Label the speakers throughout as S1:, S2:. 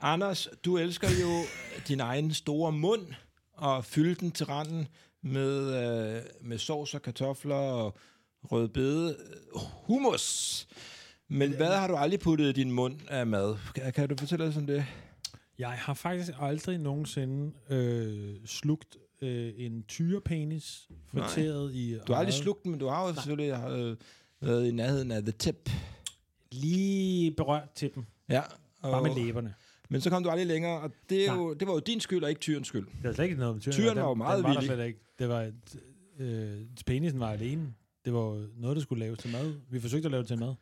S1: Anders, du elsker jo din egen store mund og fylde den til randen med, øh, med sovs og kartofler og rødbede øh, hummus. Men hvad har du aldrig puttet i din mund af mad? Kan, kan du fortælle os om det?
S2: Jeg har faktisk aldrig nogensinde øh, slugt øh, en tyrepenis friteret i...
S1: Du har aldrig slugt den, men du har jo selvfølgelig øh, været i nærheden af the tip.
S2: Lige berørt til dem.
S1: Ja,
S2: Bare
S1: og,
S2: med læberne.
S1: men så kom du aldrig længere, og det, er
S2: Nej.
S1: jo, det var jo din skyld og ikke tyrens skyld.
S2: Det var slet ikke noget med tyren.
S1: Tyren
S2: Den-
S1: var jo meget
S2: den var der
S1: villig.
S2: slet ikke. Det var, et, øh, penisen var alene. Det var jo noget, der skulle laves til mad. Vi forsøgte at lave det til mad.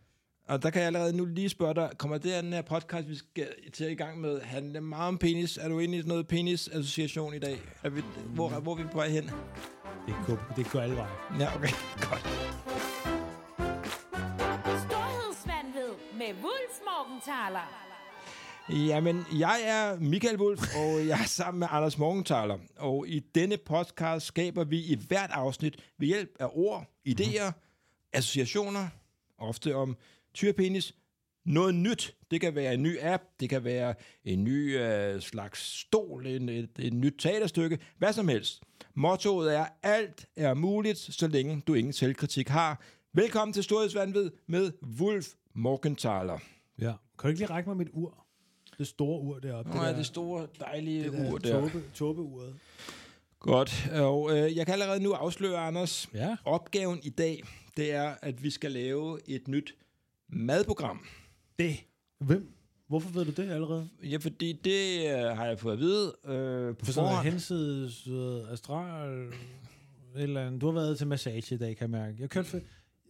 S1: Og der kan jeg allerede nu lige spørge dig, kommer det her, den her podcast, vi skal til i gang med, handle meget om penis? Er du inde i sådan noget penis-association i dag? Er vi, hvor, hvor er vi på vej hen?
S2: Det går, det går alle veje.
S1: Ja, okay, godt.
S3: Storhedsvandved med Wulf Morgenthaler.
S1: Jamen, jeg er Michael Wolf, og jeg er sammen med Anders Morgenthaler. Og i denne podcast skaber vi i hvert afsnit ved hjælp af ord, idéer, associationer, ofte om tyrepenis, noget nyt. Det kan være en ny app, det kan være en ny øh, slags stol, en, et, et nyt teaterstykke, hvad som helst. Mottoet er, alt er muligt, så længe du ingen selvkritik har. Velkommen til Storhedsvandved med Wolf Morgenthaler.
S2: Ja. Kan du ikke lige række mig mit ur? Det store ur deroppe.
S1: Nå, ja,
S2: der-
S1: det store, dejlige det ur der.
S2: Tåbe, tåbeuret.
S1: Godt, og øh, jeg kan allerede nu afsløre, Anders,
S2: Ja.
S1: opgaven i dag, det er, at vi skal lave et nyt madprogram.
S2: Det. Hvem? Hvorfor ved du det allerede?
S1: Ja, fordi det øh, har jeg fået at vide øh, på
S2: For sådan noget
S1: forhånd.
S2: hensides øh, astral... Eller andet. du har været til massage i dag, kan jeg mærke. Jeg kørte for,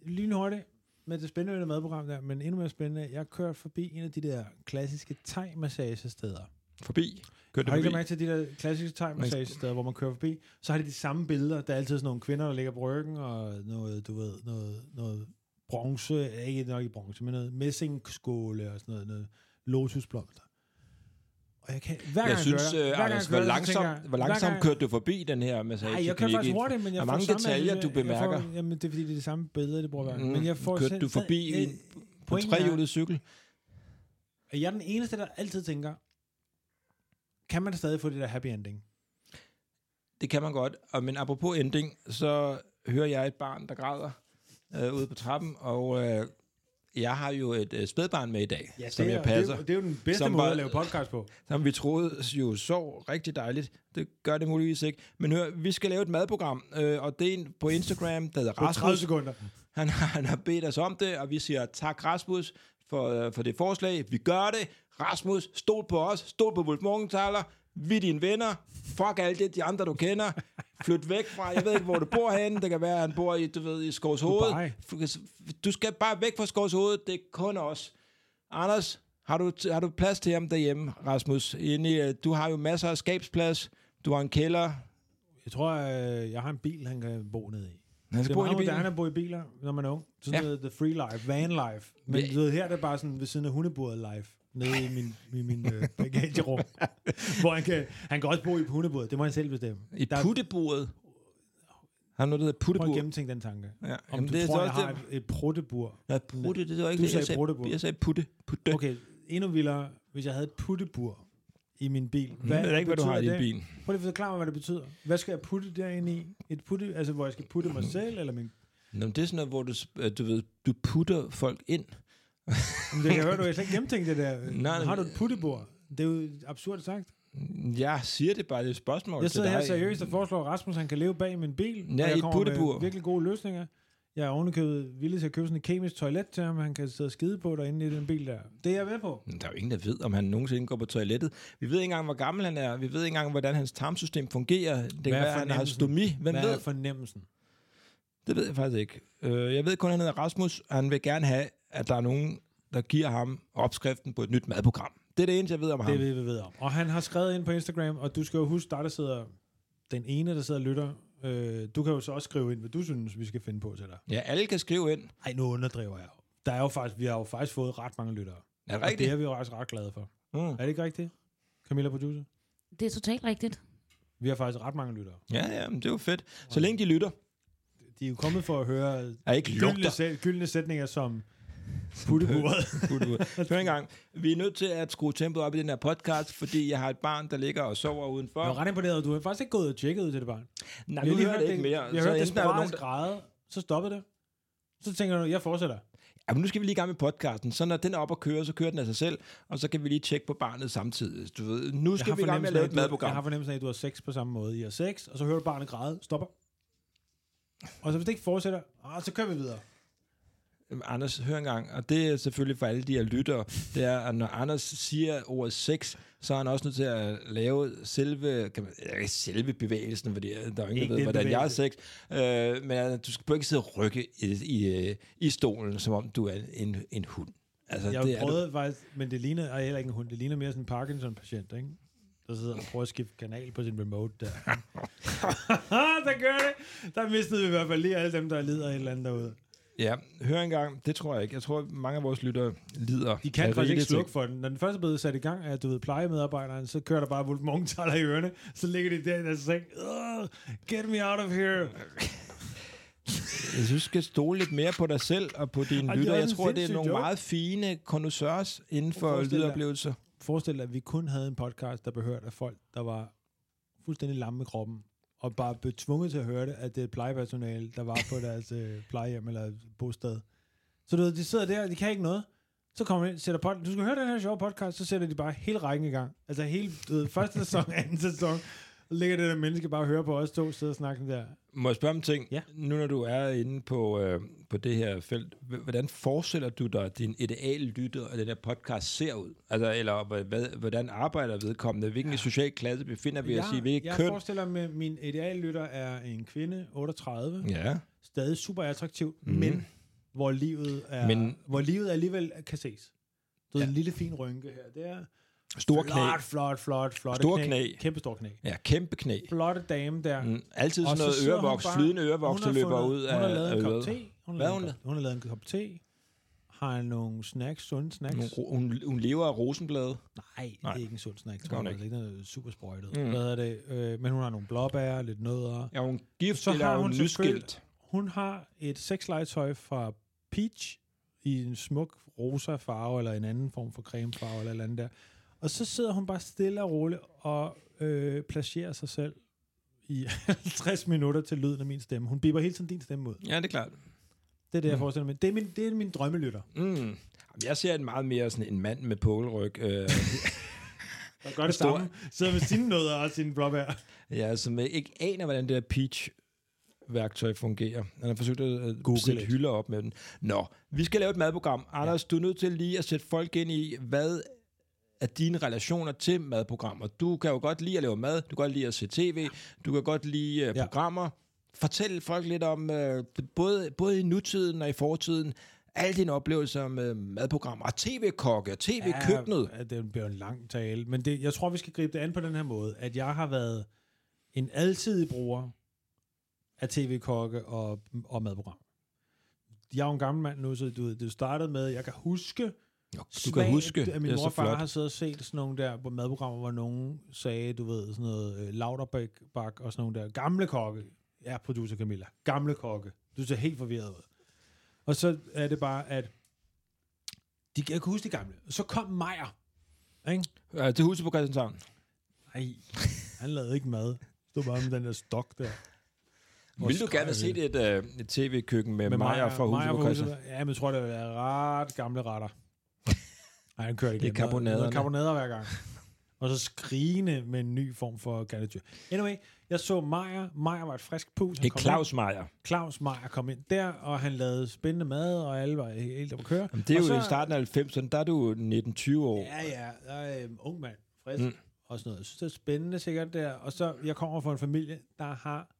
S2: lynhurtigt med det spændende madprogram der, men endnu mere spændende, jeg kørte forbi en af de der klassiske thai-massagesteder.
S1: Forbi. Kørte
S2: Har I ikke
S1: forbi.
S2: lagt mærke til de der klassiske thai-massagesteder, hvor man kører forbi? Så har de de samme billeder. Der er altid sådan nogle kvinder, der ligger på ryggen, og noget, du ved, noget, noget bronze, ikke nok i bronze, men noget messingskåle og sådan noget, noget lotusblomster. Og jeg kan, hver gang
S1: Jeg synes,
S2: kører der-
S1: øh,
S2: hver gang
S1: Anders,
S2: kører
S1: hvor
S2: der, så tænker jeg-
S1: langsomt, hvor
S2: hver
S1: langsomt
S2: gang-
S1: kørte du forbi den her massage?
S2: Nej, jeg kører faktisk hurtigt, men jeg
S1: Hvor
S2: får
S1: mange
S2: samme
S1: detaljer,
S2: analyse.
S1: du bemærker?
S2: Jeg får, jamen, det er fordi, det er de samme billeder, det bruger hver gang.
S1: Mm.
S2: Men jeg får
S1: Kørte
S2: selv-
S1: du forbi
S2: øh,
S1: en- På
S2: pointen er,
S1: trehjulet cykel?
S2: at Jeg er den eneste, der altid tænker, kan man stadig få det der happy ending?
S1: Det kan man godt. Og, men apropos ending, så hører jeg et barn, der græder øh, ude på trappen, og øh, jeg har jo et øh, spædbarn med i dag, som jeg passer.
S2: Det, er jo den bedste
S1: Som
S2: måde
S1: var-
S2: at lave podcast på.
S1: som vi troede jo sov rigtig dejligt. Det gør det muligvis ikke. Men hør, vi skal lave et madprogram, øh, og det er en på Instagram, der hedder Rasmus.
S2: sekunder.
S1: Han har, han har bedt os om det, og vi siger tak Rasmus for, øh, for det forslag. Vi gør det. Rasmus, stol på os. Stol på Wolf Morgenthaler. Vi er dine venner. Fuck alt det, de andre, du kender. Flyt væk fra, jeg ved ikke, hvor du bor henne. Det kan være, han bor i, du ved, i Skovs
S2: Dubai.
S1: Hoved. Du skal bare væk fra Skovs Hoved. Det er kun os. Anders, har du, har du plads til ham derhjemme, Rasmus? Inde i, øh, du har jo masser af skabsplads. Du har en kælder.
S2: Jeg tror, øh, jeg har en bil, han kan bo nede i.
S1: Han
S2: Det
S1: skal
S2: er
S1: bo inde i
S2: meget
S1: bilen.
S2: moderne at bo i biler, når man er ung. Sådan
S1: Ja.
S2: ja. noget the free life, van life. Men
S1: Ja.
S2: du ved, her er det bare sådan ved siden af hundebordet life. Nede i min, i min øh, bagagerum. hvor han kan, han kan også bo i hundebordet. Det må han selv bestemme.
S1: I
S2: Der-
S1: putteburet. Har du noget, der hedder
S2: Prøv at
S1: putteburet?
S2: gennemtænke den tanke.
S1: Ja,
S2: Om
S1: jamen,
S2: du
S1: det er
S2: tror,
S1: så
S2: jeg
S1: også
S2: har
S1: det-
S2: et, et bruttebur.
S1: Nej, putte, det var ikke
S2: Du
S1: det, jeg
S2: sagde
S1: sagde.
S2: bruttebur.
S1: Jeg sagde putte. putte.
S2: Okay, endnu vildere, hvis jeg havde et puttebur i min bil. Hvad
S1: jeg ved ikke, hvad du har i
S2: betyder
S1: din
S2: det?
S1: bil.
S2: Prøv lige at forklare mig, hvad det betyder. Hvad skal jeg putte derinde i? Et putte, altså hvor jeg skal putte mig selv, eller min...
S1: Nå, men det er sådan noget, hvor du, s- øh, du, ved, du putter folk ind.
S2: Men det kan jeg høre, du har slet ikke gennemtænkt det der.
S1: nej,
S2: Nej, har du
S1: men-
S2: et puttebord? Det er jo absurd sagt.
S1: Jeg siger det bare, det er et spørgsmål
S2: Jeg
S1: til
S2: sidder
S1: dig.
S2: her seriøst og foreslår, at Rasmus han kan leve bag min bil. og
S1: Ja,
S2: jeg
S1: i et
S2: kommer med
S1: puttebur.
S2: virkelig gode løsninger. Jeg er ovenikøbet villig til at købe sådan et kemisk toilet til ham, han kan sidde og skide på derinde i den bil der. Det er jeg med på.
S1: Men Der er jo ingen, der ved, om han nogensinde går på toilettet. Vi ved ikke engang, hvor gammel han er. Vi ved ikke engang, hvordan hans tarmsystem fungerer. Det kan
S2: er
S1: være, at han har
S2: fornemmelsen?
S1: stomi. Hvem
S2: Hvad er
S1: ved?
S2: fornemmelsen?
S1: Det ved jeg faktisk ikke. Øh, Jeg ved kun, at han hedder Rasmus, og han vil gerne have, at der er nogen, der giver ham opskriften på et nyt madprogram. Det er det eneste, jeg ved om ham.
S2: Det ved vi ved om. Og han har skrevet ind på Instagram, og du skal jo huske dig, der sidder den ene, der sidder og lytter. Øh, du kan jo så også skrive ind, hvad du synes, vi skal finde på til dig.
S1: Ja, alle kan skrive ind.
S2: Ej, nu underdriver jeg jo. Der er jo faktisk, vi har jo faktisk fået ret mange lyttere.
S1: Er det
S2: Og det
S1: rigtigt?
S2: er vi jo faktisk ret glade for.
S1: Mm.
S2: Er det ikke rigtigt, Camilla Producer?
S3: Det er totalt rigtigt.
S2: Vi har faktisk ret mange lyttere.
S1: Ja, ja, men det er jo fedt. Så længe de lytter.
S2: De er jo kommet for at høre
S1: Er ikke
S2: gyldne,
S1: lugter.
S2: sæt, gyldne sætninger som Putte på bordet.
S1: Putte ud. Hør engang. Vi er nødt til at skrue tempoet op i den her podcast, fordi jeg har et barn, der ligger og sover udenfor.
S2: Jeg var ret imponeret, du har faktisk ikke gået og tjekket ud til det barn.
S1: Nej,
S2: Vi
S1: nu
S2: har lige
S1: hører det ikke mere.
S2: Jeg hørte det
S1: enten er der nogen,
S2: sporadisk
S1: der-
S2: græde, så stoppede det. Så tænker du, jeg fortsætter.
S1: Jamen, nu skal vi lige i gang med podcasten. Så når den er op og kører, så kører den af sig selv, og så kan vi lige tjekke på barnet samtidig. Du ved, nu skal vi i gang med at lave et
S2: af, at du, jeg har
S1: madprogram.
S2: fornemmelsen af, at du har sex på samme måde. I har sex, og så hører du barnet græde, stopper. Og så hvis det ikke fortsætter, ah, så kører vi videre.
S1: Jamen, Øhm, Anders, hør engang, og det er selvfølgelig for alle de her lyttere, det er, at når Anders siger ordet sex, så er han også nødt til at lave selve, kan man, ja, ikke selve bevægelsen, fordi øh, der er jo ingen,
S2: Ikke
S1: der ved,
S2: den
S1: hvordan jeg har sex. Øh, men altså, du skal bare ikke sidde og rykke i, i, øh, i stolen, som om du er en, en hund. Altså,
S2: Jeg
S1: det
S2: har
S1: er du.
S2: prøvet faktisk, men det ligner ej, heller ikke en hund. Det ligner mere sådan en Parkinson-patient, ikke? Der sidder og prøver at skifte kanal på sin remote der. der gør det. Der mistede vi i hvert fald lige alle dem, der lider af et eller andet derude.
S1: Ja, hør engang, det tror jeg ikke. Jeg tror, mange af vores lyttere lider.
S2: De kan
S1: af
S2: faktisk ikke
S1: rigeligt ting.
S2: slukke for den. Når den først er blevet sat i gang af, du ved, plejemedarbejderen, så kører der bare Wolf Morgenthaler i ørerne. Så ligger de der i deres seng. "Ugh, Get me out of here.
S1: Jeg synes, du skal stole lidt mere på dig selv og på dine
S2: Og det er
S1: lytter. Jeg
S2: også en
S1: tror, det er
S2: sindssyg
S1: nogle
S2: joke.
S1: meget fine connoisseurs inden for
S2: Forestil dig.
S1: lydoplevelser.
S2: Forestil dig, at vi kun havde en podcast, der behørte af folk, der var fuldstændig lamme med kroppen, og bare blev tvunget til at høre det, at det er et plejepersonale, der var på deres øh, plejehjem eller bosted. Så du ved, de sidder der, de kan ikke noget. Så kommer de ind, sætter pod- du skal høre den her sjove podcast, så sætter de bare hele rækken i gang. Altså hele du ved, første sæson, anden sæson, og ligger det der menneske bare og hører på os to sidde og snakke sådan der.
S1: Må jeg spørge om en ting?
S2: Ja.
S1: Nu når du er inde på, øh, på det her felt, h- hvordan forestiller du dig, at din ideal lytter og den her podcast ser ud? Altså, eller h- hvad, hvordan arbejder vedkommende? Hvilken ja. social klasse befinder vi os i? Hvilket
S2: jeg
S1: køn?
S2: forestiller mig, at min ideallytter er en kvinde, 38,
S1: Ja.
S2: stadig super attraktivt, mm. men hvor livet er,
S1: Mhm. Men-
S2: men, hvor livet alligevel kan ses. Du ja. en lille fin rynke her. Det er
S1: Stor
S2: flot,
S1: knæ.
S2: flot, flot, flot.
S1: Store knæ.
S2: Kæmpe stor knæ.
S1: Ja, kæmpe knæ.
S2: Flotte dame der.
S1: Mm, Altid sådan
S2: Og så
S1: noget
S2: sidder hun
S1: ørevoks,
S2: bare-
S1: flydende ørevoks,
S2: hun
S1: der
S2: har
S1: løber
S2: fundet-
S1: ud af
S2: hun har lavet en
S1: af
S2: kop
S1: øret.
S2: te. Hun har
S1: Hvad
S2: lavet
S1: hun
S2: en
S1: lavet?
S2: kop- Hun har lavet en kop te. Har nogle snacks, sunde snacks.
S1: Hun, ro- hun, hun lever af rosenblade.
S2: Nej,
S1: Nej.
S2: det er ikke en sund snack.
S1: skal
S2: Tror
S1: hun
S2: jeg.
S1: ikke.
S2: Altså ikke noget super sprøjtet.
S1: Mm.
S2: Mm. Hvad er det? Øh, men hun har nogle blåbær, lidt nødder.
S1: Er hun gift,
S2: Så
S1: eller
S2: har
S1: er hun,
S2: hun selvfølgelig-
S1: nyskilt?
S2: Hun har et sexlegetøj fra Peach i en smuk rosa farve, eller en anden form for cremefarve, eller et eller andet der. Og så sidder hun bare stille og roligt og øh, placerer sig selv i 50 minutter til lyden af min stemme. Hun biber hele tiden din stemme ud.
S1: Ja, det er klart.
S2: Det er det, jeg forestiller mig. Det er min, det er min drømmelytter.
S1: Mm. Jamen, Jeg ser en meget mere sådan en mand med påleryg. Øh,
S2: Der gør det
S1: Stor-
S2: samme. Sidder med sine nødder og sine blåbær.
S1: ja, som ikke aner, hvordan det der peach-værktøj fungerer. Han har forsøgt at øh, sætte
S2: it.
S1: hylder op med den. Nå, vi skal lave et madprogram. Anders, ja. du er nødt til lige at sætte folk ind i, hvad er dine relationer til madprogrammer. Du kan jo godt lide at lave mad, du kan godt lide at se tv, du kan godt lide uh,
S2: Ja.
S1: programmer. Fortæl folk lidt om, uh, både, både i nutiden og i fortiden, alle dine oplevelser med madprogrammer, og tv-kokke, og tv-køkkenet.
S2: Ja, det bliver en lang tale. Men det, jeg tror, vi skal gribe det an på den her måde, at jeg har været en altidig bruger af tv-kokke og, og madprogram. Jeg er jo en gammel mand nu, så du, ved, det startede med, jeg kan huske,
S1: Du kan huske,
S2: at min
S1: det er
S2: mor
S1: så
S2: og far
S1: flot.
S2: har siddet og set sådan nogle der på madprogrammer, hvor nogen sagde, du ved, sådan noget øh, Lauterbæk Bak og sådan nogle der gamle kokke. Ja, producer Camilla. Gamle kokke. Du ser helt forvirret ud. Og så er det bare, at de, jeg kan huske de gamle. Så kom Meyer. Ikke?
S1: Ja, Øh, til huset på Christianshavn.
S2: Nej, han lavede ikke mad. Stod bare med den der stok der. Hvor
S1: Vil du gerne have set
S2: skrækkeligt.
S1: et, øh, et tv-køkken med, med Maja fra huset
S2: Maja
S1: på
S2: fra
S1: Christianshavn?
S2: Huset- Ja, men jeg tror, det er ret gamle retter. Nej, han kører ikke.
S1: Det er karbonaderne.
S2: karbonader hver gang. Og så skrigende med en ny form for garnityr. Anyway, jeg så Maja. Maja var et frisk pus. Han
S1: Det er
S2: kom ind.
S1: Claus Maja.
S2: Claus Maja kom ind der, og han lavede spændende mad, og alle var helt oppe at køre.
S1: Det er
S2: og
S1: jo
S2: så,
S1: i starten af 90'erne, der er du 19-20 år.
S2: Ja, ja. Jeg er, øhm, ung mand. Frisk. Mm. Og sådan noget. Jeg synes, det er spændende sikkert der. Og så, jeg kommer fra en familie, der har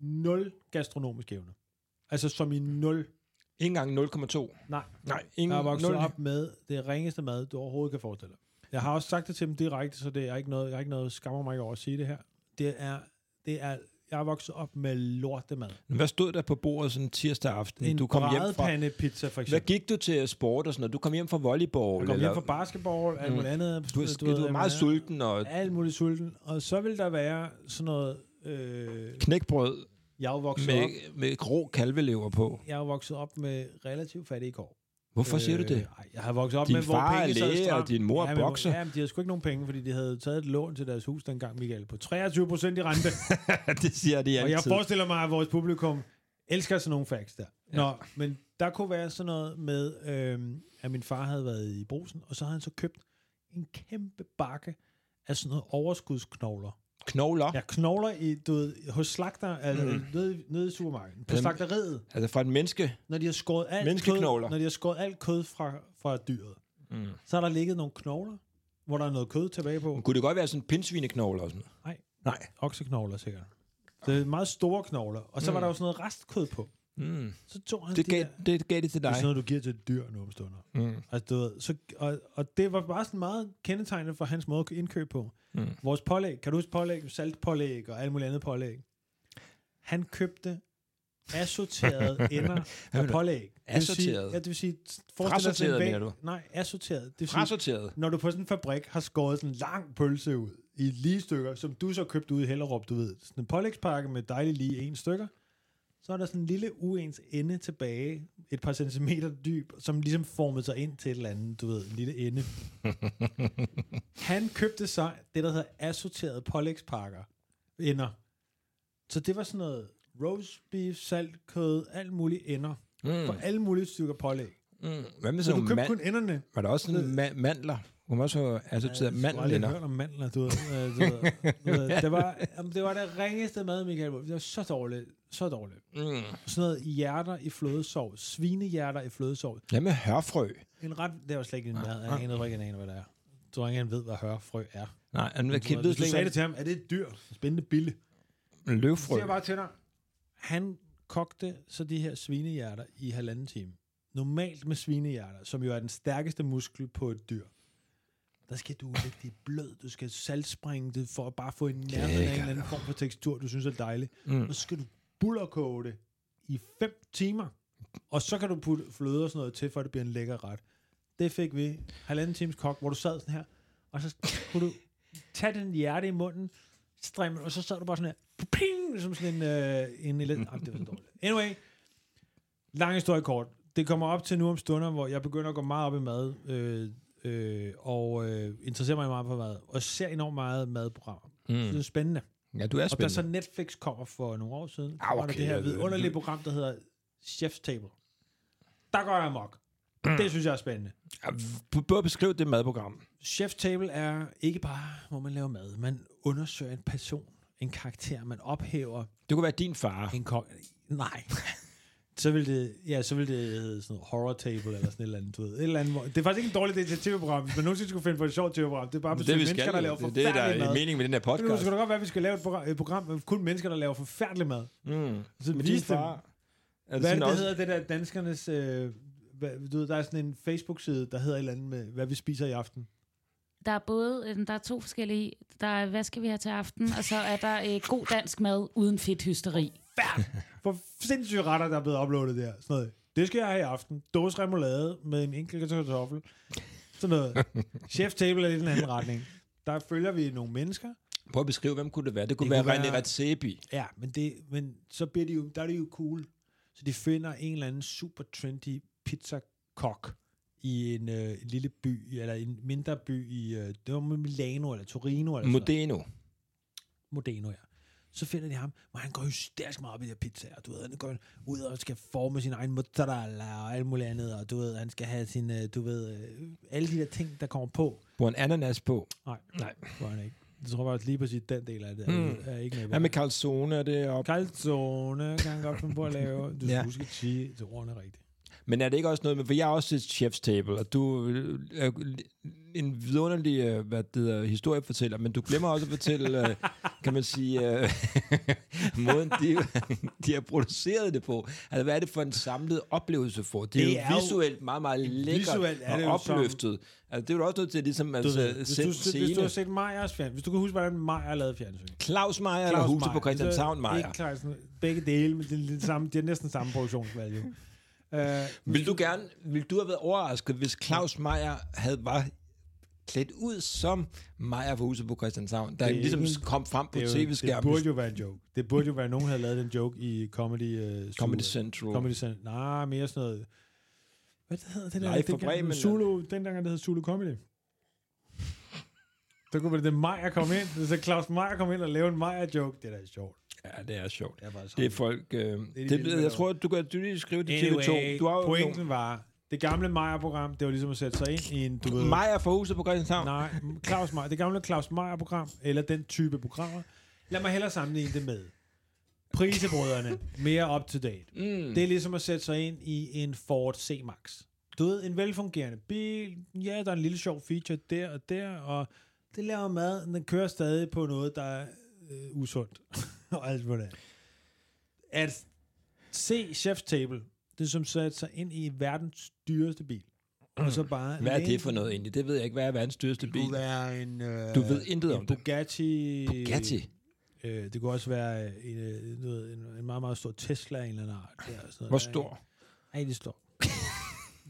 S2: nul gastronomiske evner. Altså som i nul.
S1: Ikke engang 0,2.
S2: Nej,
S1: Nej, ingen
S2: Jeg er vokset
S1: 0.
S2: op med det ringeste mad, du overhovedet kan forestille dig. Jeg har også sagt det til dem direkte, så det er ikke noget, jeg har ikke noget skammer mig ikke over at sige det her. Det er, det er, jeg er vokset op med lortemad.
S1: Hvad stod der på bordet sådan tirsdag aften?
S2: En
S1: du kom hjem fra...
S2: pizza for
S1: Hvad
S2: eksempel.
S1: gik du til sport og sådan noget? Du kom hjem fra volleyball.
S2: Jeg kom hjem
S1: eller-
S2: fra basketball, alt
S1: Mm.
S2: muligt andet.
S1: du, er- du, du
S2: ved,
S1: er meget
S2: man
S1: sulten og
S2: Alt muligt sulten. Og så vil der være sådan noget... Øh,
S1: knækbrød
S2: jeg er jo vokset
S1: med,
S2: op
S1: med grå kalvelever på.
S2: jeg er jo vokset op med relativt fattige kår.
S1: Hvorfor siger du det?
S2: Øh, ej, jeg har vokset op
S1: Din
S2: med, hvor
S1: far er
S2: penge sad
S1: læge,
S2: stramt.
S1: og din mor er
S2: ja, men-
S1: bokser.
S2: Ja, men de havde sgu ikke nogen penge, fordi de havde taget et lån til deres hus dengang, Michael, på 23 procent i rente.
S1: det siger de
S2: og jeg
S1: altid.
S2: forestiller mig, at vores publikum elsker sådan nogle facts der. Ja. Nå, men der kunne være sådan noget med, øhm, at min far havde været i brusen, og så havde han så købt en kæmpe bakke af sådan noget overskudsknogler.
S1: Knogler.
S2: Ja, knogler i, du ved, hos slagter, altså, mm. nede, nede i supermarkedet, på
S1: Dem-
S2: slagteriet.
S1: Altså fra et menneske.
S2: når de har skåret alt kød,
S1: Menneskeknogler.
S2: når de har skåret alt kød fra, fra dyret, mm. så har der ligget nogle knogler, hvor der er noget kød tilbage på.
S1: Kunne det godt være sådan pindsvineknogler og sådan noget?
S2: Nej, nej. okseknogler sikkert. Det er meget store knogler. Og så mm. var der jo sådan noget restkød på.
S1: Mm.
S2: Så tog han
S1: Det,
S2: de
S1: gav,
S2: der, det
S1: det gav det til
S2: er
S1: dig.
S2: sådan noget, du giver til et dyr nu om stunder. Mm. Altså, du ved, så, og, og det var bare sådan meget kendetegnende for hans måde at indkøbe på. Mm. Vores pålæg, kan du huske pålæg? Saltpålæg og alt muligt andet pålæg. Han købte assorterede ender af pålæg. Det vil sige-
S1: Assorteret?
S2: Ja, det vil sige... forestil dig sådan en
S1: Frasorteret,
S2: væg-
S1: mener du?
S2: Nej, assorteret. Det vil sige,
S1: Frasorteret.
S2: når du på sådan en fabrik har skåret sådan en lang pølse ud i lige stykker, som du så købte ud i Hellerup, du ved. Sådan en pålægspakke med dejlig lige en stykker. Så er der sådan en lille uens ende tilbage, et par centimeter dyb, som ligesom formede sig ind til et eller andet, du ved, en lille ende. Han købte så det, der hedder assorterede pålægspakker, ender. Så det var sådan noget roast beef, saltkød, alt muligt ender. Mm. For alle mulige stykker pålæg.
S1: Mm. Hvad med sådan
S2: Så du
S1: nogle
S2: købte
S1: mand?
S2: kun enderne.
S1: Var der også sådan ma- mandler? Kunne man også altså, have assorteret
S2: Jeg har aldrig
S1: mandelender?
S2: hørt om mandler, du ved. Øh, du ved, du ved. Det, var, jamen, det var det ringeste mad, Michael. Wolf. Det var så dårligt. Så dårligt.
S1: Mm.
S2: Sådan noget hjerter i flødesov. Svinehjerter i flødesov.
S1: Hvad med hørfrø?
S2: En ret, det var slet ikke en mad. Jeg aner ikke, han aner, hvad det er. Jeg tror ikke, han ved, hvad hørfrø er.
S1: Nej, han ved
S2: Du,
S1: ikke,
S2: du sagde det
S1: det
S2: til ham, er det et dyr? Spændende bille.
S1: til løvfrø.
S2: Så jeg bare til dig. Han kogte så de her svinehjerter i halvanden time. Normalt med svinehjerter, som jo er den stærkeste muskel på et dyr. Der skal du lægge det i blød, du skal saltspringe det, for at bare få en nærmere af en eller anden form for tekstur, du synes er dejlig. Mm. Og så skal du bullerkoge det i 5 timer, og så kan du putte fløde og sådan noget til, for at det bliver en lækker ret. Det fik vi. Halvanden times kok, hvor du sad sådan her, og så kunne du tage den hjerte i munden, stræmme, og så sad du bare sådan her, ping, som sådan en, øh, en ele- Jamen, det var så dårligt. Anyway, lang historie kort. Det kommer op til nu om stunder, hvor jeg begynder at gå meget op i mad, øh, øh, og øh, interesserer mig meget for mad, og ser enormt meget madprogrammer. Mm. Det er spændende.
S1: Ja, du er
S2: Og da
S1: spændende.
S2: så Netflix kommer for nogle år siden,
S1: Ah,
S2: ah, okay, var der
S1: okay,
S2: det her
S1: jeg ved det.
S2: vidunderlige program, der hedder Chef's Table. Der går jeg amok. Det synes jeg er spændende.
S1: Ja, b- Prøv at beskrive det madprogram.
S2: Chef's Table er ikke bare, hvor man laver mad. Man undersøger en person, en karakter. Man ophæver
S1: Det kunne være din far.
S2: en kong. Nej. så vil det, ja, så vil det hedde sådan noget horror table eller sådan et eller andet, du ved. Et eller andet, hvor- det er faktisk ikke en dårlig idé til et tv-program, hvis man nogensinde skulle finde på et sjovt tv-program. Det er bare at besøge mennesker, der
S1: jo.
S2: laver
S1: Det er
S2: forfærdelig
S1: det, der
S2: mad.
S1: er meningen med den her
S2: Men nu
S1: podcast.
S2: skal da godt være, at vi skal lave et program, et program med kun mennesker, der laver forfærdelig mad.
S1: Mm.
S2: Så
S1: Men
S2: vis
S1: din
S2: dem,
S1: far... Er det
S2: hvad er
S1: sådan
S2: det, det
S1: også?
S2: hedder det der danskernes... Øh, hvad, du ved, der er sådan en Facebook-side, der hedder et eller andet med, hvad vi spiser i aften.
S3: Der er både øh, der er to forskellige. Der er, hvad skal vi have til aften? Og så er der øh, god dansk mad uden fedt hysteri.
S2: For sindssyge retter, der er blevet uploadet der. Sådan noget. Det skal jeg have i aften. Dåse remoulade med en enkelt kartoffel. Sådan noget. Chef Table er lidt en anden retning. Der følger vi nogle mennesker.
S1: Prøv at beskrive, hvem kunne det være? Det kunne,
S2: Det
S1: være,
S2: kunne
S1: René
S2: være-
S1: Redzepi.
S2: Ja, men, det, men så bliver de jo, der er det jo cool. Så de finder en eller anden super trendy pizzakok i en øh, lille by, eller en mindre by i, øh, det var Milano eller Torino. Eller sådan noget.
S1: Modeno.
S2: Modeno, ja. Så finder de ham, hvor han går hysterisk meget op i de her pizzaer. Du ved, han går ud og skal forme sin egen mozzarella og alt muligt andet. Og du ved, han skal have sin, øh, du ved, øh, alle de der ting, der kommer på.
S1: Bruger en ananas på.
S2: Nej,
S1: Nej. Hmm.
S2: det tror han ikke. Jeg tror faktisk lige præcis, den del af det er, mm. er ikke med.
S1: Hvad med calzone og det op?
S2: Kaldzone kan han godt finde på at lave. Du skal
S1: Ja.
S2: ja. huske at sige til ordene rigtigt.
S1: Men er det ikke også noget med, for jeg har også set Chef's Table, og du øh, er en vidunderlig øh, hvad det hedder, historiefortæller, men du glemmer også at fortælle, øh, kan man sige, øh, måden de, de har produceret det på. Altså, hvad er det for en samlet oplevelse for? Det er,
S2: Det
S1: det er
S2: er
S1: jo
S2: jo-
S1: visuelt meget, meget lækkert
S2: visuelt er
S1: og
S2: det jo som-
S1: opløftet. Altså, det er jo også nødt til at ligesom,
S2: Du
S1: altså,
S2: ved, hvis,
S1: sætte
S2: du, hvis du
S1: scene.
S2: har set Meyers fjern, hvis du kan huske, hvordan Meyer lavede fjernsyn.
S1: Claus Meier eller huset på
S2: Meyer.
S1: Christianshavn
S2: Det er
S1: Meier.
S2: Ikke Clausen, begge dele, men det er, lidt samme, det er næsten samme produktionsvalue. Uh,
S1: Vil du gerne, vil du have været overrasket, hvis Claus Meier havde var klædt ud som Meier fra huset på Christianshavn, der
S2: Det er
S1: ligesom
S2: ikke en-
S1: kom frem på
S2: det, er jo, det
S1: tv-skærmen?
S2: burde jo være en joke. Det burde jo være, at nogen havde lavet den joke i Comedy... Uh,
S1: Comedy Central.
S2: Comedy Central. Nej, mere sådan noget... Hvad det hedder det der?
S1: Live fra
S2: dengang,
S1: Bremen,
S2: Zulu, dengang det hed Zulu Comedy. Så kunne det, det Majer kom ind, så Claus Majer kom ind og lavede en Majer-joke. Det der er da sjovt.
S1: Ja, det er sjovt.
S2: Det er faktisk
S1: Det er folk... Øh, det,
S2: de vilde
S1: det,
S2: med
S1: jeg tror, at du kan du lige skrive det til TV2.
S2: Anyway,
S1: Du har jo
S2: pointen var, det gamle Majer-program, det var ligesom at sætte sig ind i en, du ved...
S1: nogle... Maja fra huset på Christianshavn.
S2: Nej, Claus Meier, det gamle Claus Meier-program, eller den type programmer. Lad mig hellere sammenligne det med prisebrødrene, mere up to date.
S1: Mm.
S2: Det er ligesom at sætte sig ind i en Ford C-Max. Du ved, en velfungerende bil, ja, der er en lille sjov feature der og der, og det laver mad, men den kører stadig på noget, der er øh, usundt. og alt på det. er. At se Chef's Table, det er som sætter sig ind i verdens dyreste bil. Og så bare
S1: Hvad er
S2: læne-
S1: det for noget egentlig? Det ved jeg ikke. Hvad er verdens dyreste bil?
S2: Det kunne være en... Øh,
S1: Du ved intet om
S2: en
S1: det.
S2: Bugatti.
S1: Bugatti.
S2: Øh, det kunne også være øh, en, øh, du ved, en, en meget, meget stor Tesla af en eller anden art. Der, og sådan noget
S1: Hvor
S2: der,
S1: stor?
S2: ikke? Ej, det er stor.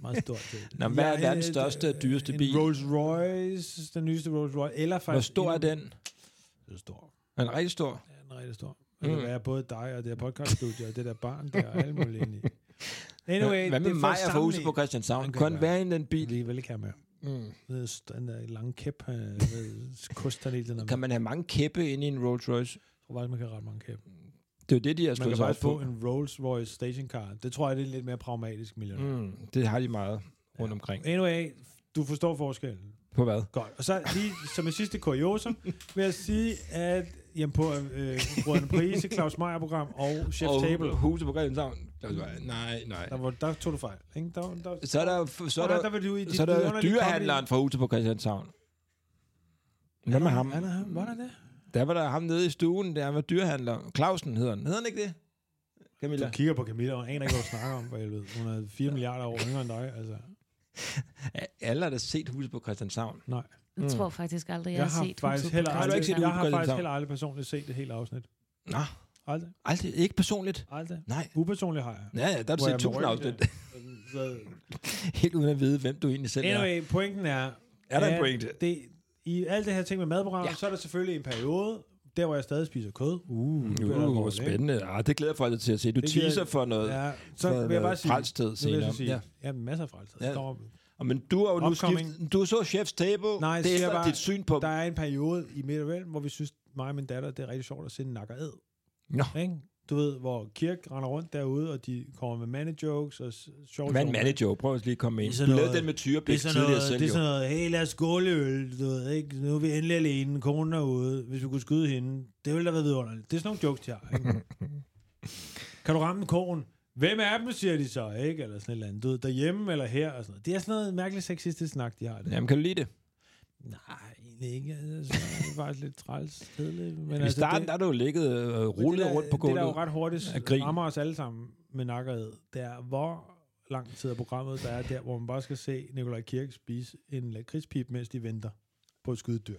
S2: meget stor. Det.
S1: Nå, men hvad er verdens største og dyreste
S2: en
S1: bil?
S2: Rolls Royce, den nyeste Rolls Royce. Eller faktisk
S1: Hvor stor er
S2: endnu-
S1: den?
S2: Den er stor.
S1: Er den rigtig stor?
S2: Ja, den er rigtig stor. Mm. Det
S1: Mm.
S2: kan være både dig og det her podcaststudie, og det der barn der, og alle mulige egentlig. Anyway,
S1: Hvad
S2: det
S1: med
S2: er for
S1: Maja fra huset
S2: sammenligning.
S1: på Christianshavn?
S2: Den kan
S1: Kun
S2: være.
S1: være en den bil.
S2: Alligevel kan man
S1: Mm.
S2: jo. Den der lange kæp, øh, med kosternel, den
S1: Kan man have mange kæppe inde i en Rolls Royce?
S2: Jeg tror faktisk, man kan have ret mange kæp.
S1: Det er jo det, de har
S2: Man
S1: slået
S2: kan
S1: sig op
S2: faktisk
S1: på.
S2: få en Rolls Royce stationcar. Det tror jeg, det er lidt mere pragmatisk millionær. Mm.
S1: Mm. Det har de meget rundt omkring.
S2: Anyway, du forstår forskellen.
S1: På hvad?
S2: Godt. Og så lige som en sidste kuriosum, vil jeg sige, at jamen på øh, Brødrene Prise, Claus Meier program og Chef
S1: Og
S2: Table,
S1: huset på Christianshavn. Der var- Nej, nej.
S2: der, var, der tog du fejl. Ikke? Der, var- der,
S1: Så er der, så er der,
S2: der, vil du i dit
S1: så er der
S2: vidunderlige
S1: dyrehandleren
S2: comedy-
S1: fra huset på Christianshavn. Hvad med ham?
S2: Er der ham? Var der det?
S1: Der var der ham nede i stuen, der var dyrehandler. Clausen hedder han. Hedder han ikke det?
S2: Du
S1: Camilla.
S2: kigger på Camilla, og hun aner ikke, hvad du snakker om, for helvede. Hun er 4 milliarder år yngre end dig, altså.
S1: Er- Alle har da set huset på Christianshavn.
S2: Nej.
S3: Jeg tror faktisk aldrig, jeg,
S2: Jeg
S3: har
S2: har
S3: set
S2: faktisk
S3: Huset på
S2: heller
S1: Har du
S2: aldrig,
S1: ikke set
S3: Christianshavn.
S2: jeg
S1: Huset på
S2: har faktisk
S1: Christianshavn?
S2: heller aldrig personligt set det hele afsnit.
S1: Nå,
S2: Aldrig.
S1: aldrig. Ikke personligt.
S2: Aldrig.
S1: Nej.
S2: Upersonligt har jeg.
S1: Ja, ja, der har du
S2: Hvor
S1: set
S2: jeg
S1: tusind
S2: må
S1: afsnit.
S2: rykke det.
S1: Helt uden at vide, hvem du egentlig selv er.
S2: Anyway, øh, pointen er...
S1: Er der en
S2: at
S1: pointe?
S2: Det, I alt det her ting med madprogrammet,
S1: Ja.
S2: ja. så er der selvfølgelig en periode, der hvor jeg stadig spiser kød. Uh, nu begynder det at
S1: Uh,
S2: gå
S1: hvor
S2: lidt.
S1: spændende. Ah, det glæder folk dig til at se. Du
S2: Det giver-
S1: teaser for noget, ja,
S2: Ja,
S1: for
S2: så vil jeg bare sige...
S1: frelsthed
S2: Nu vil
S1: senere.
S2: jeg så sige, ja. masser af frelstid.
S1: Ja.
S2: Ja. Kommer,
S1: Og Men du har jo nu
S2: Upcoming.
S1: skiftet... Du så Chef's Table.
S2: Nej,
S1: det
S2: siger
S1: er bare,
S2: bare,
S1: dit syn på...
S2: der er en periode i midt og vel, hvor vi synes, mig og min datter, det er rigtig sjovt at se en nakker ad.
S1: Nå.
S2: Ikke? Du ved, hvor Kirk render rundt derude, og de kommer med mandejokes og s- sjove...
S1: Hvad er en
S2: sjove-
S1: manager? Prøv at lige komme ind.
S2: Det er sådan
S1: Du lavede
S2: noget-
S1: den med
S2: Det er
S1: tyrepik
S2: sådan
S1: tidligere
S2: noget, det
S1: selv,
S2: er
S1: jo.
S2: sådan noget, hey, lad os skåleøl, du ved, ikke? Nu er vi endelig alene, konen er ude, hvis vi kunne skyde hende. Det ville da være vidunderligt. Det er sådan nogle jokes, jeg har, ikke? kan du ramme konen? Hvem er dem, siger de så, ikke? Eller sådan et eller andet. Du ved, derhjemme eller her og sådan noget. Det er sådan noget mærkeligt sexistisk snak, de har det.
S1: Jamen, kan du lide det?
S2: Nej, egentlig ikke. Altså, så er det faktisk lidt træls, kedeligt. Men altså,
S1: I starten,
S2: det-
S1: der er du jo ligget øh,
S2: men
S1: rullet
S2: det der-
S1: rundt på
S2: Det, der
S1: gulvet.
S2: jo ret hurtigt
S1: af grin.
S2: rammer os alle sammen med nakkerhed, det er, hvor lang tid af programmet der er der, hvor man bare skal se Nikolaj Kirk spise en lakridspip, mens de venter på et skydedyr.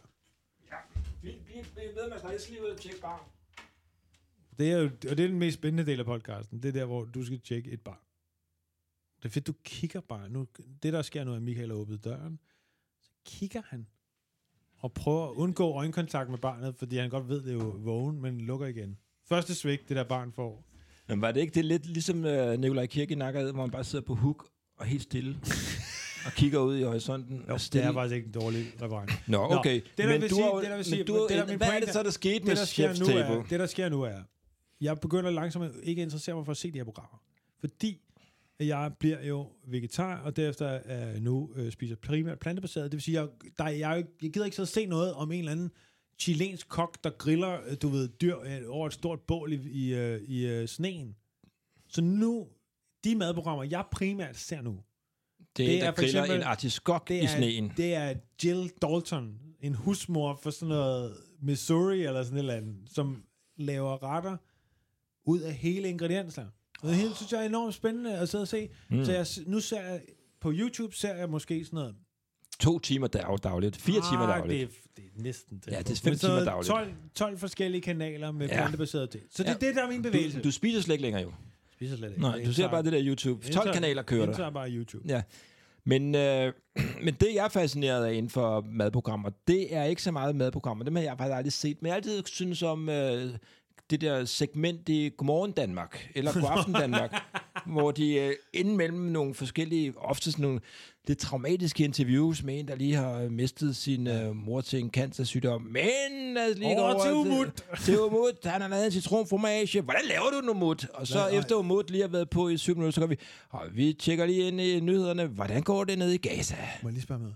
S2: Det er jo, og det er den mest spændende del af podcasten. Det er der, hvor du skal tjekke et barn. Det er fedt, du kigger bare. Nu, det, der sker nu, er, at Michael har åbnet døren. Så kigger han og prøver at undgå øjenkontakt med barnet, fordi han godt ved, det er jo vågen, men lukker igen. Første svigt, det der barn får.
S1: Men var det ikke det lidt ligesom øh, Nikolaj Kirk i Nakkerhed, hvor man bare sidder på hook og helt stille og kigger ud i horisonten? Altså, og
S2: Jo, det
S1: stille.
S2: er faktisk ikke en dårlig reference.
S1: Nå, okay.
S2: det, der
S1: men
S2: vil
S1: du
S2: sige-
S1: har jo-
S2: det, der vil
S1: men
S2: sige-
S1: du
S2: men
S1: har
S2: det, der
S1: jo-
S2: er min
S1: Hvad er det
S2: pointe.
S1: så, der skete med
S2: det, der sker
S1: Chef's
S2: nu
S1: Table?
S2: er, det, der sker nu er, jeg begynder langsomt at ikke interessere mig for at se de her programmer. Fordi jeg bliver jo vegetar, og derefter øh, nu øh, spiser primært plantebaseret. Det vil sige, jeg, der, er- jeg, er jo ikke- jeg gider ikke så se noget om en eller anden chilensk kok, der griller, øh, du ved, dyr øh, over et stort bål i, i, øh, i øh, sneen. Så nu, de madprogrammer, jeg primært ser nu,
S1: Det er,
S2: det
S1: der
S2: er for
S1: griller
S2: eksempel-
S1: en artiskok
S2: det
S1: i sneen.
S2: Er, det er Jill Dalton, en husmor for sådan noget Missouri eller sådan et eller andet, som laver retter ud af hele ingredienser. Og det hele synes jeg er enormt spændende at sidde og se. Mm. Så jeg, s- nu ser jeg, på YouTube ser jeg måske sådan noget.
S1: To timer dag, dagligt. Fire timer
S2: Ah,
S1: dagligt.
S2: Det er, det er næsten det.
S1: Ja, det er fem
S2: Men så
S1: timer dagligt.
S2: 12, 12 forskellige kanaler med
S1: Ja.
S2: ja. plantebaseret til. Så det er
S1: Ja.
S2: det, der er min bevægelse.
S1: Du, du spiser slet ikke længere jo.
S2: spiser slet ikke.
S1: Nej, du ser bare det der YouTube. 12 kanaler kører
S2: der.
S1: der.
S2: Jeg bare YouTube.
S1: Ja. Men, øh, men det, jeg er fascineret af inden for madprogrammer, det er ikke så meget madprogrammer. Dem har jeg faktisk aldrig set. Men jeg har altid synes om øh, det der segment i Godmorgen Danmark, eller Godaften Danmark. hvor de øh, indimellem nogle forskellige, ofte sådan nogle lidt traumatiske interviews med en, der lige har øh, mistet sin øh, mor til en cancersygdom. Men lad os lige
S2: Over til
S1: Umut. Til Umut, han har lavet en citronformage. Hvordan laver du den, Umut? Og så
S2: Nej, nej.
S1: efter Umut lige har været på i syv minutter, så går vi, og vi tjekker lige ind i nyhederne. Hvordan går det nede i Gaza?
S2: Må jeg lige spørge med?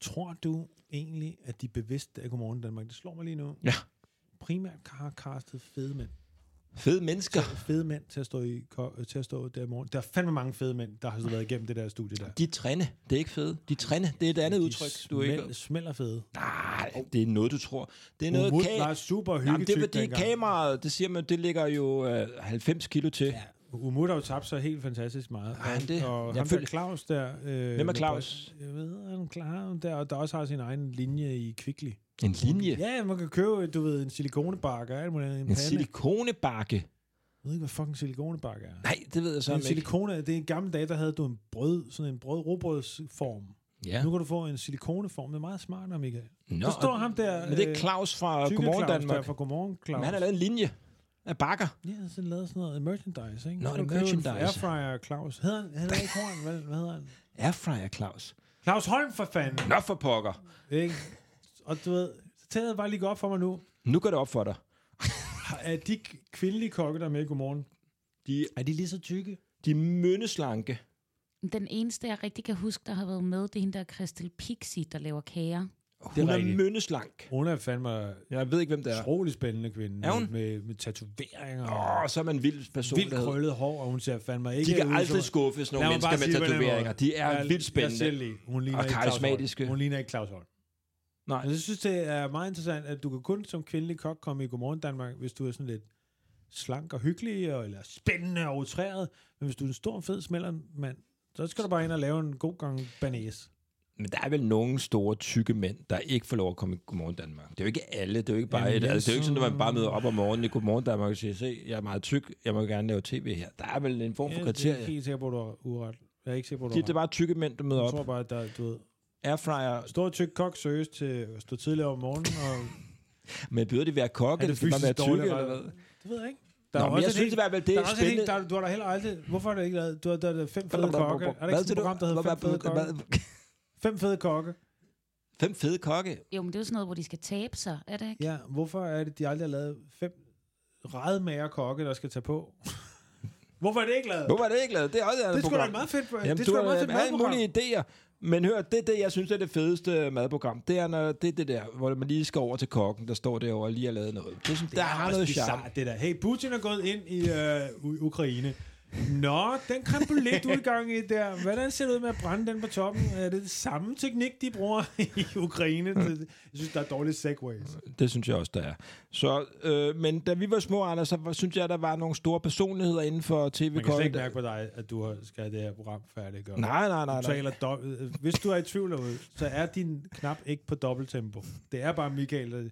S2: Tror du egentlig, at de bevidst er Godmorgen Danmark? Det slår mig lige nu.
S1: Ja.
S2: Primært har castet fede mænd.
S1: Fede mennesker.
S2: Fede mænd til at stå, i, ko- til at stå der i morgen. Der er fandme mange fede mænd, der har været igennem det der studie der.
S1: De trænde. Det er ikke fede. De trænde. Det er et andet
S2: De
S1: udtryk, du ikke...
S2: smel- smelter fede.
S1: Nej, det er noget, du tror. Det er noget...
S2: Umut
S1: ka-
S2: var super
S1: Jamen,
S2: hyggetyk
S1: det er fordi
S2: dengang.
S1: kameraet, det siger man, det ligger jo øh, 90 kilo til. Ja.
S2: Umut har jo tabt sig helt fantastisk meget.
S1: Har han det?
S2: Og
S1: Jeg
S2: ham der
S1: føler-
S2: Claus der... Øh,
S1: Hvem er
S2: med
S1: Claus?
S2: bol- Jeg ved, han Claus der, og der også har sin egen linje i Kvickly.
S1: En linje. Ja,
S2: Ja, man kan købe, du ved, en silikonebakke og alt muligt andet. En,
S1: en
S2: pande.
S1: silikonebakke.
S2: Jeg ved ikke, hvad fucking silikonebakke er.
S1: Nej, det ved jeg så
S2: en
S1: ikke.
S2: silikone, det er en gammel dag, der havde du en brød, sådan en brød, robrødsform.
S1: ja.
S2: Ja. Nu kan du få en silikoneform. Det er meget smartere, Michael.
S1: Nå,
S2: Så står ham der...
S1: men det er
S2: øh,
S1: Claus fra
S2: tykke
S1: Godmorgen
S2: Claus
S1: Danmark.
S2: Der fra Godmorgen, Claus.
S1: Men han har lavet en linje af bakker.
S2: Ja, så lavede sådan noget merchandise, ikke?
S1: Nå,
S2: Så
S1: det er
S2: du køber en
S1: merchandise.
S2: Airfryer Claus. Hedder han, han er ikke Horn, hvad, hvad hedder han?
S1: Airfryer Claus.
S2: Claus Holm for fanden!
S1: Nå for pokker.
S2: Ikke? Og du ved, taget bare lige gå op for mig nu.
S1: Nu går det op for dig.
S2: Har- Er de k- kvindelige kokke, der er med i Godmorgen,
S1: De,
S2: er de lige så tykke?
S1: de er mønneslanke.
S3: Den eneste, jeg rigtig kan huske, der har været med, det er hende der Crystal Pixie, der laver kager.
S1: Hun er,
S2: rigtigt.
S1: mønneslank.
S2: Hun er fandme
S1: Jeg ved ikke, hvem det er.
S2: utrolig spændende kvinde.
S1: Er hun?
S2: Med, med tatoveringer
S1: Åh,
S2: og
S1: så er man en vild person,
S2: vildt
S1: der hedder-
S2: krøllet hår, og hun ser fandme ikke
S1: De kan
S2: ud som-
S1: aldrig skuffes, nogle
S2: Lad mig
S1: mennesker
S2: bare
S1: med
S2: sige det på den
S1: tatoveringer.
S2: måde.
S1: De er
S2: Jeg-
S1: vildt
S2: Jeg siger
S1: spændende.
S2: det lige. Hun ligner
S1: Og
S2: ikke Claus Holm.
S1: karismatiske.
S2: Hun ligner ikke Claus Holm.
S1: Nej.
S2: Men jeg synes, det er meget interessant, at du kan kun som kvindelig kok komme i Godmorgen Danmark, hvis du er sådan lidt slank og hyggelig, og, eller spændende og utræret. Men hvis du er en stor, fed smeltermand, så skal du bare ind og lave en god gang banæs.
S1: Men der er vel nogle store, tykke mænd, der ikke får lov at komme i Godmorgen Danmark. Det er jo ikke alle. Det er jo ikke bare
S2: Jamen,
S1: et,
S2: det er
S1: altså, det er jo ikke sådan, at man
S2: så-
S1: bare møder op om morgenen i Godmorgen Danmark og siger, se, jeg er meget tyk, jeg må gerne lave tv her. Der er vel en form for
S2: det er
S1: kriterie.
S2: ikke helt sikker på, at du er uret. Jeg er ikke sikker på, at du
S1: Det, det er
S2: er
S1: bare tykke mænd, der møder
S2: Jeg tror
S1: op.
S2: bare, at der, du ved,
S1: Airfryer.
S2: stor tyk kok søges til at stå tidligere om morgenen, og
S1: Men burde det være kokke?
S2: Er det
S1: eller skal man være
S2: fysisk
S1: tyk,
S2: dårligt,
S1: eller
S2: eller
S1: hvad?
S2: det ved jeg ikke.
S1: Der Nå,
S2: jo
S1: men jeg
S2: et
S1: synes i
S2: helt-
S1: hvert fald, det
S2: der
S1: er
S2: er også et helt,
S1: spændende.
S2: der, du har da heller aldrig... Hvorfor har du ikke lavet... Du har der, der er fem fede kokke. Er der ikke sådan et program, der hedder Fem fede kokke? Fem fede kokke.
S1: Fem fede kokke.
S3: Jo, men det er jo sådan noget, hvor de skal tabe sig, er det ikke?
S2: Ja, hvorfor er det, de aldrig har lavet fem redmager kokke, der skal tage på? hvorfor er det ikke lavet?
S1: Hvorfor er det ikke lavet? Det er også et
S2: Det
S1: andet
S2: skulle da
S1: program.
S2: et meget fedt.
S1: Jamen,
S2: det skulle da et meget fedt
S1: du øh, har alle
S2: madprogram.
S1: mulige idéer. Men hør, det er det, jeg synes er det fedeste madprogram. Det er, når, det, er det der, hvor man lige skal over til kokken, der står derovre og lige har lavet noget. Det er sådan, det der
S2: er
S1: har
S2: også
S1: noget
S2: bizarrt,
S1: charme.
S2: Det der. Hey, Putin er gået ind i øh, U- Ukraine. Nå, den creme brulee, du er i gang i der. Hvordan ser det ud med at brænde den på toppen? Er det det samme teknik, de bruger i Ukraine? Det- Jeg synes, der er dårlige segways.
S1: Det synes jeg også, der er. Så, øh, men da vi var små, Anders, så var- synes jeg, der var nogle store personligheder inden for tv
S2: Man kan slet
S1: kongen
S2: ikke mærke på dig, at du har- skal have det her program færdigt. Nej,
S1: Nej, nej, nej.
S2: Du
S1: nej.
S2: taler dobbelt. Hvis du er i tvivl om det, så er din knap ikke på dobbelttempo. Det er bare Michael, der,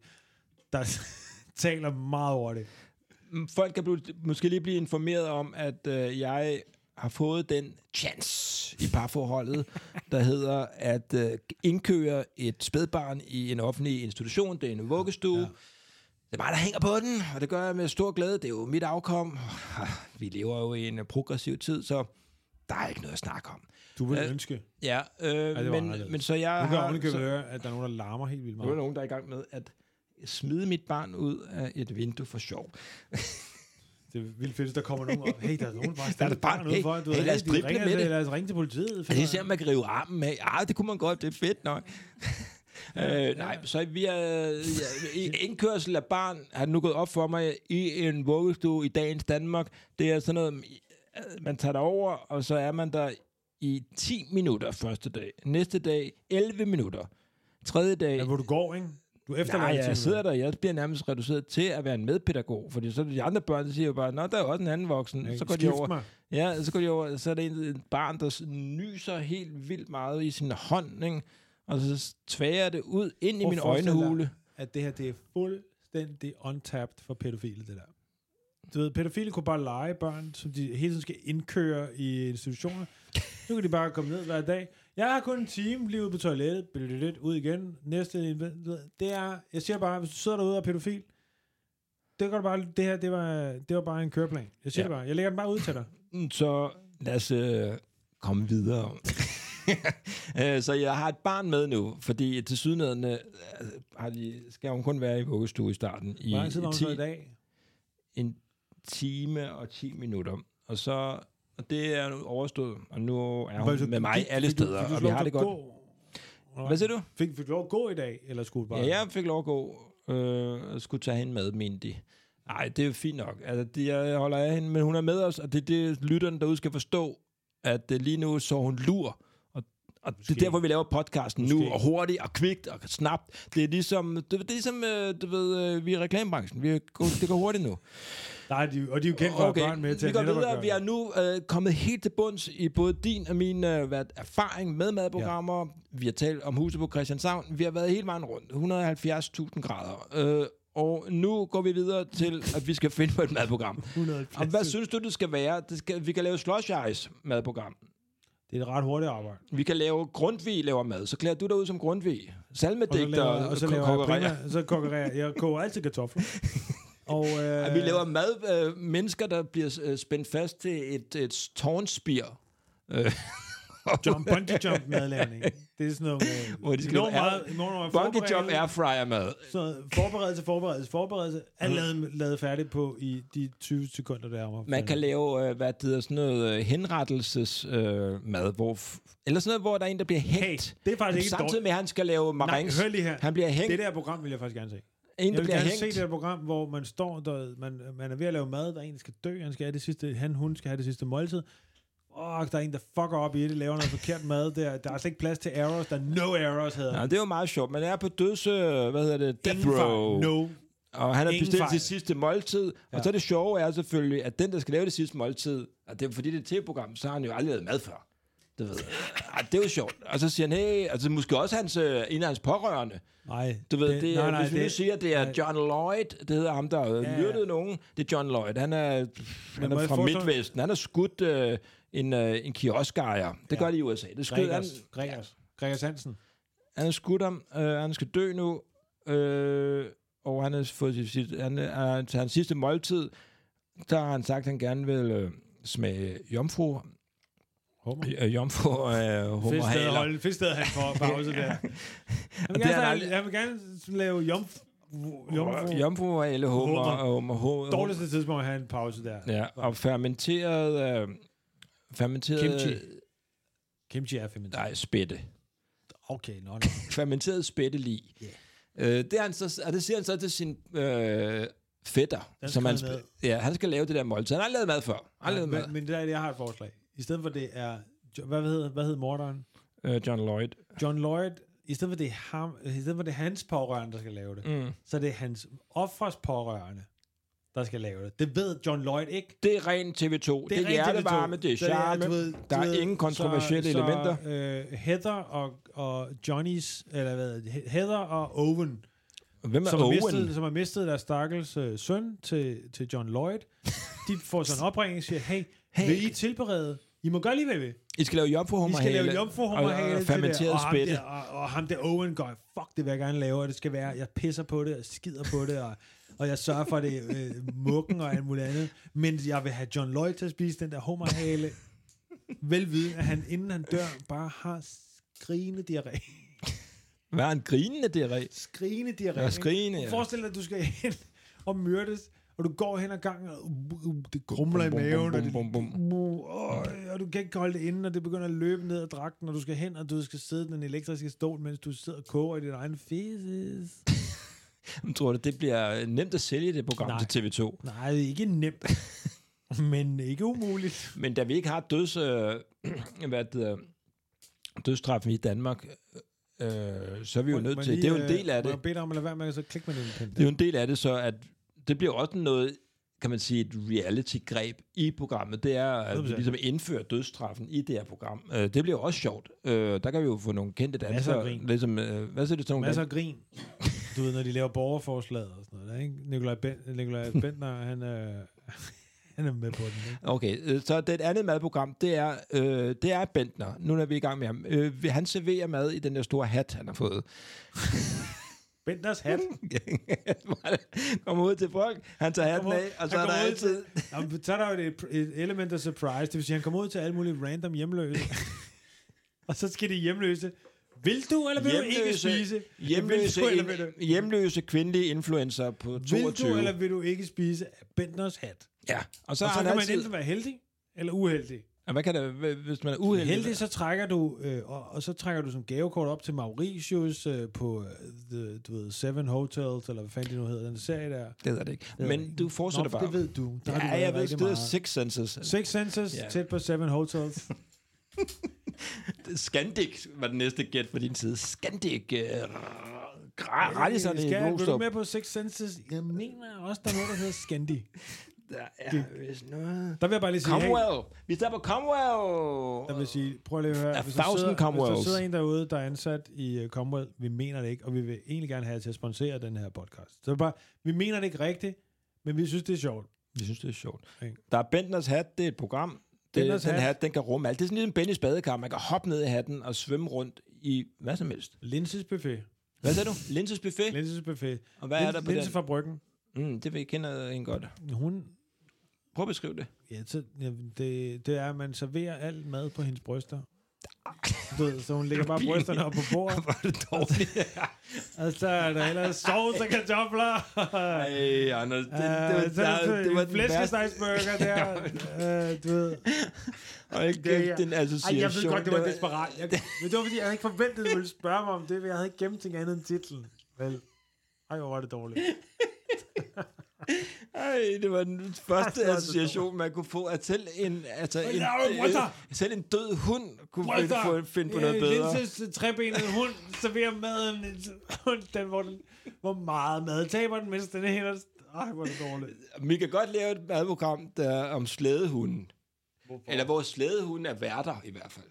S2: der taler meget over det.
S1: Mm, Folk kan blive, måske lige blive informeret om, at øh, jeg har fået den chance i parforholdet, der hedder at øh, indkøre et spædbarn i en offentlig institution. Det er en vuggestue. Ja. Det er mig, der hænger på den, og det gør jeg med stor glæde. Det er jo mit afkom. Vi lever jo i en øh, progressiv tid, så der er ikke noget at snakke om.
S2: Du vil
S1: Øh,
S2: ønske.
S1: Ja, øh,
S2: det var
S1: men,
S2: anderledes.
S1: men så jeg
S2: Nu kan jeg
S1: har...
S2: ovenikøbet
S1: Så,
S2: høre, at der er nogen, der larmer helt vildt
S1: nu er der
S2: meget.
S1: nogen, der er i gang med at smide mit barn ud af et vindue for sjov.
S2: Det er vildt fedt, hvis der kommer nogen op. Hey, der er nogen, bare
S1: Der er
S2: der
S1: et barn.
S2: barn ude
S1: Hey,
S2: for. Du
S1: hey,
S2: ved,
S1: lad os
S2: de
S1: drible
S2: ringer
S1: med
S2: til-
S1: det.
S2: Lad os ringe til politiet.
S1: Og det ser Altså, man kan rive armen af. Ah, det kunne man godt, det er fedt nok. øh, nej, så vi er ja, i indkørsel af barn, har det nu gået op for mig, i en vuggestue i dagens Danmark. Det er sådan noget, øh, man tager derover, og så er man der i 10 minutter første dag. Næste dag, 11 minutter. Tredje dag,
S2: Ja, hvor du går, ikke? Du efterlader
S1: Nej,
S2: til
S1: jeg
S2: mig.
S1: sidder der, jeg bliver nærmest reduceret til at være en medpædagog, fordi så de andre børn, de siger jo bare, nå, der er jo også en anden voksen.
S2: Ikke?
S1: så går de
S2: Skift
S1: over,
S2: mig.
S1: ja, så går de over, så er der en, et barn, der s- nyser helt vildt meget i sin hånd, ikke? og så s- tværer det ud ind i
S2: Prøv
S1: min
S2: at forestille dig-
S1: øjnehule.
S2: at det her det er fuldstændig untapped for pædofile, det der. Du ved, pædofile kunne bare lege børn, som de hele tiden skal indkøre i institutioner. Nu kan de bare komme ned hver dag. Jeg har kun en time lige ude på toilettet, lidt ud igen, næste, det er, jeg siger bare, hvis du sidder derude og er pædofil, det, kan du bare, det her, det var, det var bare en køreplan. Jeg siger
S1: Ja.
S2: ja. det bare. Jeg lægger den bare ud til dig.
S1: Mm, Så lad os øh, komme videre. Øh, så jeg har et barn med nu, fordi til sydenheden øh, har de, skal hun kun være i vuggestue i starten. I,
S2: Hvor lang tid var hun
S1: ti-
S2: så i dag?
S1: En time og 10 minutter. Og så og det er nu overstået, og nu er hun
S2: Var det så-
S1: med mig
S2: fik-
S1: alle
S2: fik du-
S1: steder,
S2: fik du
S1: og vi
S2: lov
S1: har
S2: til
S1: det
S2: at
S1: godt.
S2: gå?
S1: Hvad siger du?
S2: Fik, fik du lov at gå i dag, eller skulle du bare...
S1: Ja, jeg fik lov at gå øh, og skulle tage hende med, mente de. Nej, det er jo fint nok. Altså, det, jeg holder af hende, men hun er med os, og det er det, lytterne derude skal forstå, at øh, lige nu så hun lur. Og, og det er
S2: Måske.
S1: derfor, vi laver podcasten nu,
S2: Måske.
S1: og hurtigt, og kvikt, og snabt. Det er ligesom, det, det er ligesom øh, du ved, øh, vi er i reklamebranchen. Vi er, go- det går hurtigt nu.
S2: Nej, de, og de er jo kendt for at have børn med til
S1: vi går
S2: netop at
S1: videre.
S2: gøre
S1: Vi er nu øh, kommet helt til bunds i både din og min øh, hvad, erfaring med madprogrammer. Ja. Vi har talt om huset på Christianshavn. Vi har været hele vejen rundt. 170.000 grader. Øh, og nu går vi videre til, at vi skal finde på et madprogram.
S2: 170.
S1: Og hvad synes du, det skal være? Det skal, vi kan lave slush ice madprogram.
S2: Det er et ret hurtigt arbejde.
S1: Vi kan lave Grundtvig laver mad. Så klæder du dig ud som Grundtvig.
S2: Og så
S1: Salmedigter
S2: laver, og så laver jeg
S1: konkurrerer.
S2: primært, så kogerer jeg, jeg koger altid kartofler. Og, øh,
S1: At vi laver mad, øh, mennesker, der bliver øh, spændt fast til et, et tårnspir. Øh.
S2: jump, bungee jump madlavning. Det er sådan noget... Øh,
S1: Hvor de skal
S2: enormt
S1: lave-
S2: meget, enormt meget
S1: Bungee jump
S2: forberedelse.
S1: airfryer mad.
S2: Så forberedelse, forberedelse, forberedelse. Alt lavet, lavet færdigt på i de 20 sekunder, der er om. at
S1: Man kan
S2: finde.
S1: lave, øh, hvad det hedder, sådan noget øh, henrettelses øh, mad, hvor f- eller sådan noget, hvor der er en, der bliver
S2: Hey,
S1: hængt.
S2: det er faktisk ikke
S1: Samtidig
S2: dårligt.
S1: med, at han skal lave marings.
S2: Nej, hør lige her.
S1: Han bliver hængt.
S2: Det der program vil jeg faktisk gerne se.
S1: en,
S2: Jeg
S1: der
S2: vil
S1: bliver
S2: gerne se det
S1: hængt.
S2: her program, hvor man står, der, man, man er ved at lave mad, der er en, der skal dø, han, skal have det sidste, han hun skal have det sidste måltid. Åh, der er en, der fucker op i det, laver noget forkert mad der. Der er slet ikke plads til errors. Der er no errors, hedder
S1: Ja,
S2: han.
S1: det er jo meget sjovt. Man er på døds, øh, hvad hedder det, death
S2: Ingen
S1: row.
S2: fejl. No.
S1: Og han har
S2: Ingen
S1: bestilt
S2: fejl.
S1: til sidste måltid. Ja. Og
S2: Ja.
S1: så det sjove er selvfølgelig, at den, der skal lave det sidste måltid, og det er fordi det er et tv-program, så har han jo aldrig lavet mad før. Det, ved jeg. Ej, det er jo sjovt. Og så siger han, hey, altså måske også hans, øh, en af hans pårørende.
S2: Nej.
S1: Du ved, det, det, nej, nej, hvis vi nu
S2: det-
S1: siger, det er
S2: nej.
S1: John Lloyd, det hedder ham, der har ja,
S2: ja.
S1: myrdet nogen, det er John Lloyd. Han er, han
S2: må
S1: er
S2: jeg
S1: fra
S2: forestille-
S1: Midtvesten. Han har skudt øh, en, øh, en kioskejer. Det ja.
S2: Ja.
S1: gør de i USA. Det skød, han,
S2: Gregers, Gregers, Gregers Hansen.
S1: han har skudt ham, øh, han skal dø nu, øh, og han har fået sit, sit, han, er, til hans sidste måltid, der har han sagt, at han gerne vil øh, smage jomfru,
S2: Hummer.
S1: øh, jomfru øh,
S2: Fedt sted at
S1: hummerhaler.
S2: holde, fedt sted at have for pause der. Han
S1: Det
S2: vil,
S1: er
S2: gerne,
S1: han
S2: han
S1: aldrig-
S2: jeg vil gerne lave jomf... Jomfru.
S1: Jomfru hummer, hummer, hummer, hummer,
S2: Dårligste tidspunkt at have en pause der.
S1: Ja, og fermenteret... Øh, fermenteret...
S2: Kimchi. Kimchi er feminist.
S1: Nej, spætte.
S2: Okay, nå, nå.
S1: Fermenteret spætte lige. Yeah. Øh, det, er han så, og det siger han så til sin øh, fætter.
S2: Den
S1: Som
S2: skal
S1: han,
S2: han
S1: sp- ja, han skal lave det der måltid. Han har aldrig lavet mad før. Han har
S2: Nej,
S1: lavet mad.
S2: men, men der er det, jeg har et forslag. I stedet for det er, Jo- hvad hedder, hvad hedder morderen?
S1: Øh, John Lloyd.
S2: John Lloyd. I stedet for det er, ham, i stedet for det er hans pårørende, der skal lave det,
S1: Mm.
S2: så er det hans offers pårørende, der skal lave det. Det ved John Lloyd ikke.
S1: Det er ren TV2. Det er, det er
S2: rent
S1: hjertevarme,
S2: TV2.
S1: det er
S2: Så
S1: charme.
S2: du ved-
S1: der
S2: du
S1: er
S2: ved,
S1: ingen kontroversielle
S2: så,
S1: elementer.
S2: Så, øh, Heather og, og Johnnys, eller hvad, He- Heather og Owen,
S1: Hvem er
S2: som,
S1: Owen?
S2: Har mistet, som har mistet deres stakkels øh, søn til, til John Lloyd, de får sådan en opringning og siger, hey,
S1: Hey.
S2: hey, vil I tilberede? I må gøre lige, hvad I vil.
S1: I skal lave
S2: Vi
S1: jomfruhummerhale.
S2: skal lave jomfruhummerhale
S1: og,
S2: til
S1: og
S2: det.
S1: fermenteret
S2: og ham
S1: spætte.
S2: Der, og, og ham der Owen går, fuck, det vil jeg gerne lave, og det skal være, jeg pisser på det, og skider på det, og, og jeg sørger for det, øh, mukken og alt muligt andet. Men jeg vil have John Lloyd til at spise den der hummerhale. Velviden, at han, inden han dør, bare har skrigende diarré.
S1: Hvad er en grinende diarré?
S2: Skrigende diarré.
S1: Ja,
S2: ikke?
S1: skrigende, ja.
S2: Forestil dig, at du skal hen og myrdes, og du går hen ad gangen, og uh, uh, det grumler i
S1: Bum, bum,
S2: maven, og
S1: bum,
S2: det
S1: bum, bum.
S2: Uh, og du kan ikke holde det inde, og det begynder at løbe ned ad dragten, og du skal hen, og du skal sidde i den elektriske stol, mens du sidder og koger i din egen feces.
S1: Men Tror du, det bliver nemt at sælge det program
S2: Nej.
S1: til TV2?
S2: Nej, det er ikke nemt, men ikke umuligt.
S1: Men da vi ikke har døds, øh, hvad det hedder, dødsstraffen i Danmark, øh, så er vi jo nødt til... Det er jo en del af det.
S2: øh, Jeg beder om at lade være med, så klik med den pind.
S1: Det er jo en del af det, så at det bliver også noget kan man sige, et reality-greb i programmet, det er, at vi
S2: 100%.
S1: ligesom indfører dødsstraffen i det her program. Øh, det bliver også sjovt. Øh, der kan vi jo få nogle kendte
S2: Masser af
S1: dansere.
S2: grin.
S1: Ligesom, øh, hvad siger du til nogle
S2: Masser af grin. Du ved, når de laver borgerforslaget og sådan noget, der, ikke? Nikolaj, ben, Nikolaj Bentner, han, øh, han er med på den, ikke?
S1: Okay, øh, så det andet madprogram, det er, øh, det er Bentner. Nu er vi i gang med ham. Øh, han serverer mad i den der store hat, han har fået.
S2: Benders hat.
S1: Kom ud til folk, han tager hatten
S2: Kommer-
S1: af, og så er
S2: han
S1: der
S2: kommer ud
S1: altid...
S2: til- Nå, men så er der jo et, et element af surprise. Det vil sige, han kommer ud til alle mulige random hjemløse. og så skal de hjemløse. Vil du, eller vil hjemløse. du ikke
S1: Hjemløse-
S2: spise?
S1: Hjemløse,
S2: vil du, eller vil du?
S1: ind, hjemløse kvindelige influencer på
S2: Vil du,
S1: 22.
S2: eller vil du ikke spise Benders hat?
S1: Ja, og så,
S2: Så, og
S1: har
S2: så
S1: han
S2: kan man
S1: altid...
S2: enten være heldig, eller uheldig.
S1: Ja, Hvad kan det, hvis man er
S2: Uheldig,
S1: uheldig?
S2: heldig, så trækker du, øh, og, og, så trækker du som gavekort op til Mauritius øh, på øh, the, du ved, Seven Hotels, eller hvad fanden det nu hedder, den serie der.
S1: Det ved jeg det ikke.
S2: ved jeg
S1: Men du fortsætter
S2: for
S1: bare.
S2: det ved du. Der har du
S1: ja,
S2: været
S1: jeg ved
S2: rigtig
S1: det er
S2: meget.
S1: Six Senses.
S2: Six Senses,
S1: Ja.
S2: yeah. tæt på Seven Hotels.
S1: Scandic var den næste gæt på din side. Scandic. Øh, Rettelserne i
S2: Skal, vil du
S1: Glostrup.
S2: med på Six Senses? Jeg mener også, der er noget, der hedder Scandi.
S1: Der er vist noget.
S2: Der vil jeg bare lige sige, hey,
S1: Comwell. Vi tager på
S2: der vil jeg
S1: Comwell.
S2: sige, prøv lige at høre.
S1: A
S2: Hvis der,
S1: thousand
S2: sidder, hvis der
S1: Comwells.
S2: sidder en derude, der er ansat i øh, Comwell, vi mener det ikke, og vi vil egentlig gerne have jer til at sponsere den her podcast. Så bare, vi mener det ikke rigtigt, men vi synes, det er sjovt.
S1: Jeg synes, det er sjovt.
S2: Ikke?
S1: Der er Bentners hat. Det er et program. Det,
S2: Bendtners
S1: den hat.
S2: hat.
S1: den kan rumme alt. Det er sådan ligesom Bennys badekar. Man kan hoppe ned i hatten og svømme rundt i hvad som helst.
S2: Linses buffet.
S1: Hvad sagde du? Linses buffet?
S2: Linses buffet.
S1: og hvad er der på
S2: Linse
S1: den?
S2: fra Bryggen.
S1: Mm, det vil jeg kende en godt.
S2: Hun,
S1: Prøv at beskrive det.
S2: ja, så, ja, det, det er, at man serverer alt mad på hendes bryster. Du ved, så hun lægger bare
S1: Pinligt.
S2: brysterne op på bordet.
S1: Hvor er det dårligt.
S2: Og så er der ellers sovs og kartofler.
S1: Ej, Anders. Det,
S2: Øh, så er der en flæskestegsburger der. Øh, du ved.
S1: Og ikke
S2: Det er-
S1: den association.
S2: Ej, jeg ved godt, det var
S1: var-
S2: desperat. Jeg, men det var, fordi jeg havde ikke forventet, at du ville spørge mig om det, men jeg havde ikke gemt ting andet end titlen. Vel. Ej, hvor var det dårligt.
S1: Ej, det var den første
S2: det var
S1: association, man kunne få, at selv en, altså en,
S2: laver du, brødster?
S1: øh, selv en død hund kunne
S2: Brødster!
S1: finde, få, finde på noget
S2: Øh,
S1: bedre.
S2: Linses trebenede hund serverer maden. Hund, den, hvor, den, hvor meget mad taber den, mens den er helt... Ej, hvor er det dårligt.
S1: Vi kan godt lave et madprogram der, om slædehunden. Hvorfor? Eller hvor slædehunden er værter, i hvert fald.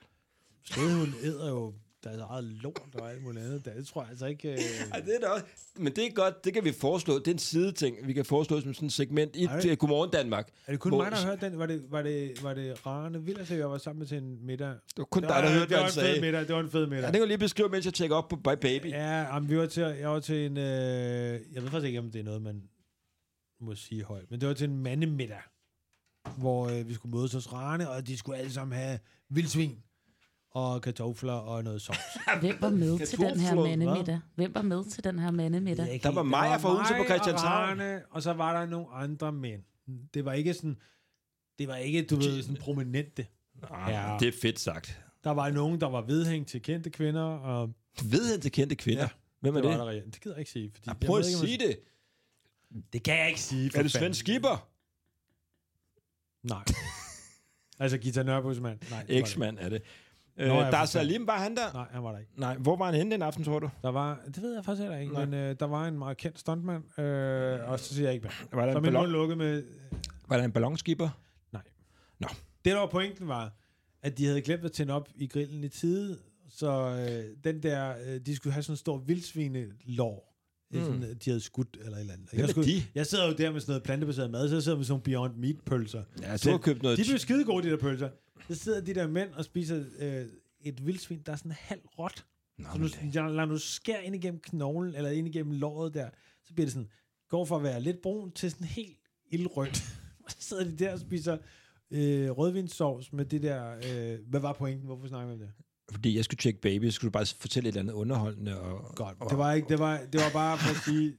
S2: Slædehunden æder jo deres eget lort og alt muligt andet. Det tror jeg altså ikke... Øh...
S1: Ej, det er da også, men det er godt, det kan vi foreslå. Det er en sideting, vi kan foreslå som sådan et segment i
S2: Ej.
S1: til Godmorgen Danmark.
S2: Er det kun
S1: Hvor-
S2: mig, der har hørt den? Var det, var det, var det rarende Villas, jeg var sammen med til en middag?
S1: Det var kun
S2: Det
S1: dig, der hørte,
S2: det
S1: hvad
S2: var
S1: han
S2: en fed
S1: sagde.
S2: middag, det var en fed
S1: Ja,
S2: middag.
S1: det kan jeg lige beskrive, mens jeg tjekker op på Bye Baby.
S2: Ja, jamen, vi var til, jeg var til en... Øh, jeg ved faktisk ikke, om det er noget, man må sige højt, men det var til en mandemiddag, hvor øh, vi skulle mødes hos Rane, og de skulle alle sammen have vildsvin og kartofler og noget sovs.
S3: Hvem var med til den her
S1: Kartofler,
S3: mandemiddag? Hvem var med til den her mandemiddag?
S2: Jeg kan
S1: Der
S2: ikke-
S1: var Maja fra Odense på
S2: mig og
S1: Christianshavn.
S2: Arne, og så var der nogle andre mænd. Det var ikke sådan... Det var ikke, du ved, sådan prominente.
S1: Ja. Ah. Det er fedt sagt.
S2: Der var nogen, der var vedhæng til kendte kvinder, og
S1: Ved han til kendte kvinder? Ja.
S2: Ja,
S1: Hvem er
S2: det,
S1: det?
S2: var der reelt. Det gider jeg ikke sige. Fordi
S1: Ja,
S2: jeg
S1: prøv at
S2: ved ikke, om
S1: sige det.
S2: jeg- Det kan jeg ikke sige. for
S1: Er det
S2: fanden.
S1: Svend Skipper?
S2: Nej. altså Gita Nørbos mand. Nej, det var det
S1: X-mand er det. Øh,
S2: Nå, ja,
S1: der er
S2: for fanden.
S1: Salim, var han der?
S2: ikke. Nej, han var der ikke.
S1: Nej, hvor var han henne den aften, tror du?
S2: Der var, det ved jeg faktisk heller ikke,
S1: Nej.
S2: Nej. men øh, der var en meget kendt stuntmand, øh, og så siger jeg ikke hvad.
S1: Var der
S2: Så
S1: en,
S2: min mund
S1: ballon,
S2: lukkede med...
S1: var der en ballonskipper?
S2: Det der var pointen var, at de havde glemt at tænde op i grillen i tide, så øh, den der, øh, de skulle have sådan en stor vildsvinelår, mm.
S1: Mm.
S2: sådan, de havde skudt eller et eller andet.
S1: Hvem
S2: Jeg,
S1: er
S2: skulle,
S1: de?
S2: jeg sidder jo der med sådan noget plantebaseret mad, så jeg sidder med sådan nogle Beyond Meat pølser.
S1: Ja, du har købt noget...
S2: De blev skide gode, de der pølser. Så sidder de der mænd og spiser øh, et vildsvin, der er sådan halv råt.
S1: Nå,
S2: Så
S1: men
S2: nu, jeg lader nu skærer ind igennem knoglen, eller ind igennem låret der. Så bliver det sådan, går fra at være lidt brun til sådan helt ildrødt. så sidder de der og spiser øh, rødvinssovs med det der... Øh, hvad var pointen? Hvorfor snakker vi om det?
S1: Fordi jeg skulle tjekke baby, så skulle du bare fortælle et eller andet underholdende. Og,
S2: Godt.
S1: og,
S2: Det var, ikke, det, var, det var bare for at sige...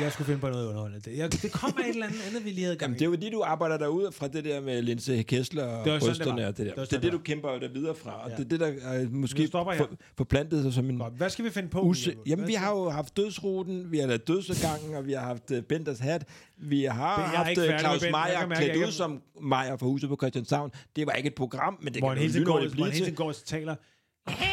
S2: Jeg skulle finde på noget underholdende. Det, jeg, det kom af et eller andet andet, vi lige havde gang
S1: Jamen,
S2: i.
S1: det er jo det, du arbejder derude fra det der med Linse Kessler og
S2: Det var sådan, det
S1: brysterne
S2: var.
S1: og det der.
S2: Det var
S1: Det, er
S2: sådan,
S1: det,
S2: det
S1: du kæmper jo der videre fra. Og
S2: Ja.
S1: det er det, der er måske
S2: Nu stopper jeg.
S1: for, forplantet sig som en...
S2: Godt. Hvad skal vi finde på?
S1: Use,
S2: Jacob?
S1: jamen,
S2: Hvad
S1: vi
S2: skal-
S1: har jo haft dødsruten, vi har lavet dødsegangen, og vi har haft øh, Benders hat. Vi har
S2: Men jeg er
S1: haft
S2: ikke
S1: øh,
S2: færdig
S1: Claus
S2: med Bent. Jeg
S1: Meier
S2: kan mærke, jeg
S1: klædt
S2: ikke
S1: ud
S2: er-
S1: som Meier fra huset på Christianshavn. Det var ikke et program, men det
S2: hvor
S1: kan
S2: han
S1: jo
S2: hele tiden går,
S1: lynhurtigt
S2: hvor
S1: blive
S2: han
S1: til.
S2: hele tiden går og taler.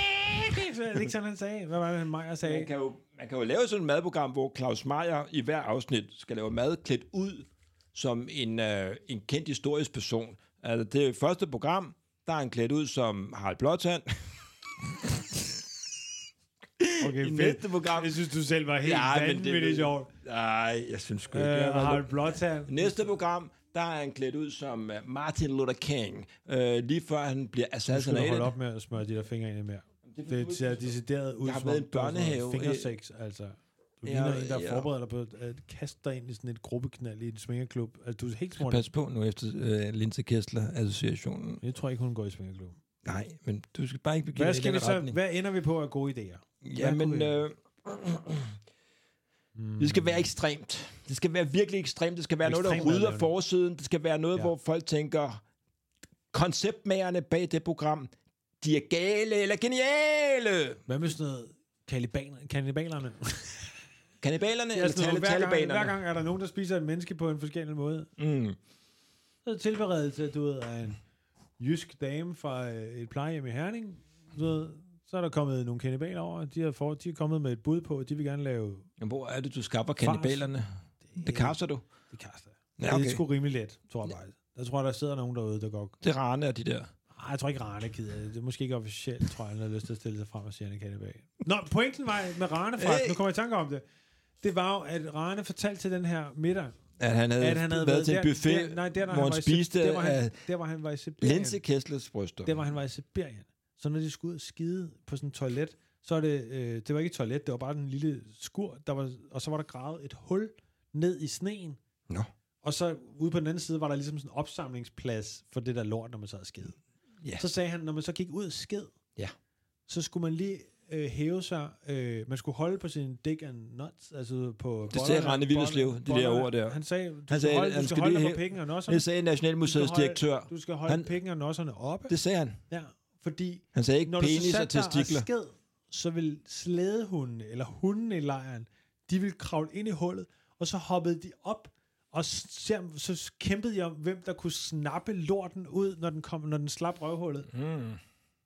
S2: Så er det ikke sådan, han sagde. Hvad var det, han Maja
S1: Man
S2: sagde?
S1: kan, jo, man kan jo lave sådan et madprogram, hvor Claus Meier i hver afsnit skal lave mad klædt ud som en, øh, en kendt historisk person. Altså, det første program, der er han klædt ud som Harald Blåtand.
S2: Okay,
S1: I næste program...
S2: Jeg synes, du selv var helt
S1: Ja,
S2: ja,
S1: men det
S2: vanvittigt
S1: ved-
S2: det... sjovt.
S1: Nej, jeg synes sgu
S2: Øh,
S1: ikke. jeg var-
S2: Harald Blåtand.
S1: Næste program, der er han klædt ud som øh, Martin Luther King, øh, lige før han bliver
S2: Nu skal du holde
S1: assassinatet.
S2: op med at smøre de der fingre ind i mere. Det ser decideret ud,
S1: Jeg har
S2: som
S1: været
S2: om
S1: i
S2: du har sådan noget
S1: børnehave.
S2: Fingersex, altså. Du
S1: Ja,
S2: ligner en, der
S1: ja.
S2: forbereder dig på at kaste dig ind i sådan et gruppeknald i en svingerklub. Altså, du er helt smart.
S1: Pas på nu efter øh, Linse Kessler-associationen.
S2: Jeg tror ikke, hun går i svingerklub.
S1: Nej, men du skal bare ikke begive
S2: Hvad,
S1: dig i
S2: skal
S1: den
S2: vi så,
S1: retning.
S2: hvad ender vi på af gode idéer? kunne
S1: Jamen,
S2: vi-
S1: øh,
S2: Mm.
S1: det skal være ekstremt. Det skal være virkelig ekstremt. Det skal være noget, der
S2: Ekstremt
S1: rydder
S2: madlavning.
S1: forsiden. Det skal være noget,
S2: Ja.
S1: ja. hvor folk tænker, konceptmagerne bag det program, de er gale eller geniale.
S2: Hvad med sådan noget kalibaner, kanibalerne?
S1: Kanibalerne
S2: Ja,
S1: eller
S2: sådan
S1: tale,
S2: noget, Altså, hver, gang, hver
S1: talibanerne.
S2: gang er der nogen, der spiser et menneske på en forskellig måde.
S1: Mm.
S2: Så er det tilberedelse, du ved, af en jysk dame fra øh, et plejehjem i Herning. Du ved, så er der kommet nogle kanibaler over, de har for, de er kommet med et bud på, at de vil gerne lave...
S1: Jamen, Hvor er det, du skaffer kanibalerne? Det kapser du.
S2: Det kaster jeg.
S1: Ja,
S2: Det
S1: okay.
S2: er sgu rimelig let, tror jeg faktisk. Jeg tror, der sidder nogen derude, der går...
S1: Det er rane af de der.
S2: Ej, jeg tror ikke, Rane er ked af det. Det er måske ikke officielt, tror jeg, han har lyst til at stille sig frem og sige, at han er kanibal. Nå, pointen var med Rane, faktisk.
S1: Hey.
S2: Nu kommer jeg i tanke om det. Det var jo, at Rane fortalte til den her middag,
S1: At han havde,
S2: at han havde
S1: været Øh, til en buffet,
S2: der, nej, der, der
S1: hvor
S2: han
S1: han
S2: var i
S1: spiste
S2: Sib- der, hvor han,
S1: af
S2: der, hvor han var i Sibirien.
S1: Linse Kesslers bryster.
S2: Der, hvor han var i Sibirien. Så når de skulle ud og skide på sådan et toilet, så er det, øh, det var ikke et toilet, det var bare den lille skur, der var, og så var der gravet et hul ned i sneen.
S1: Nå.
S2: Og så ude på den anden side var der ligesom sådan en opsamlingsplads for det der lort, når man sad og skede.
S1: Ja.
S2: Så sagde han, når man så gik ud og sked,
S1: Ja.
S2: så skulle man lige øh, hæve sig, øh, man skulle holde på sin dick and nuts, altså på
S1: Det sagde
S2: bollerne,
S1: Rane Willerslev, de der
S2: bollerne.
S1: ord der.
S2: Han sagde, du han
S1: Han
S2: skal
S1: sagde,
S2: holde,
S1: han
S2: du skal
S1: skal
S2: holde
S1: lige
S2: dig på
S1: hæve-
S2: pingen og nosserne.
S1: Det sagde Nationalmuseets direktør.
S2: Du skal holde han,
S1: Han-
S2: pingen og nosserne oppe.
S1: Det sagde han.
S2: Ja, fordi
S1: Han sagde ikke
S2: når du så
S1: penis og
S2: satte dig og
S1: testikler.
S2: sked, så vil slædehunden eller hunden i lejren, de vil kravle ind i hullet, og så hoppede de op, og s- ser, så kæmpede jeg om, hvem der kunne snappe lorten ud, når den, kom, når den slap røvhullet.
S1: Mm.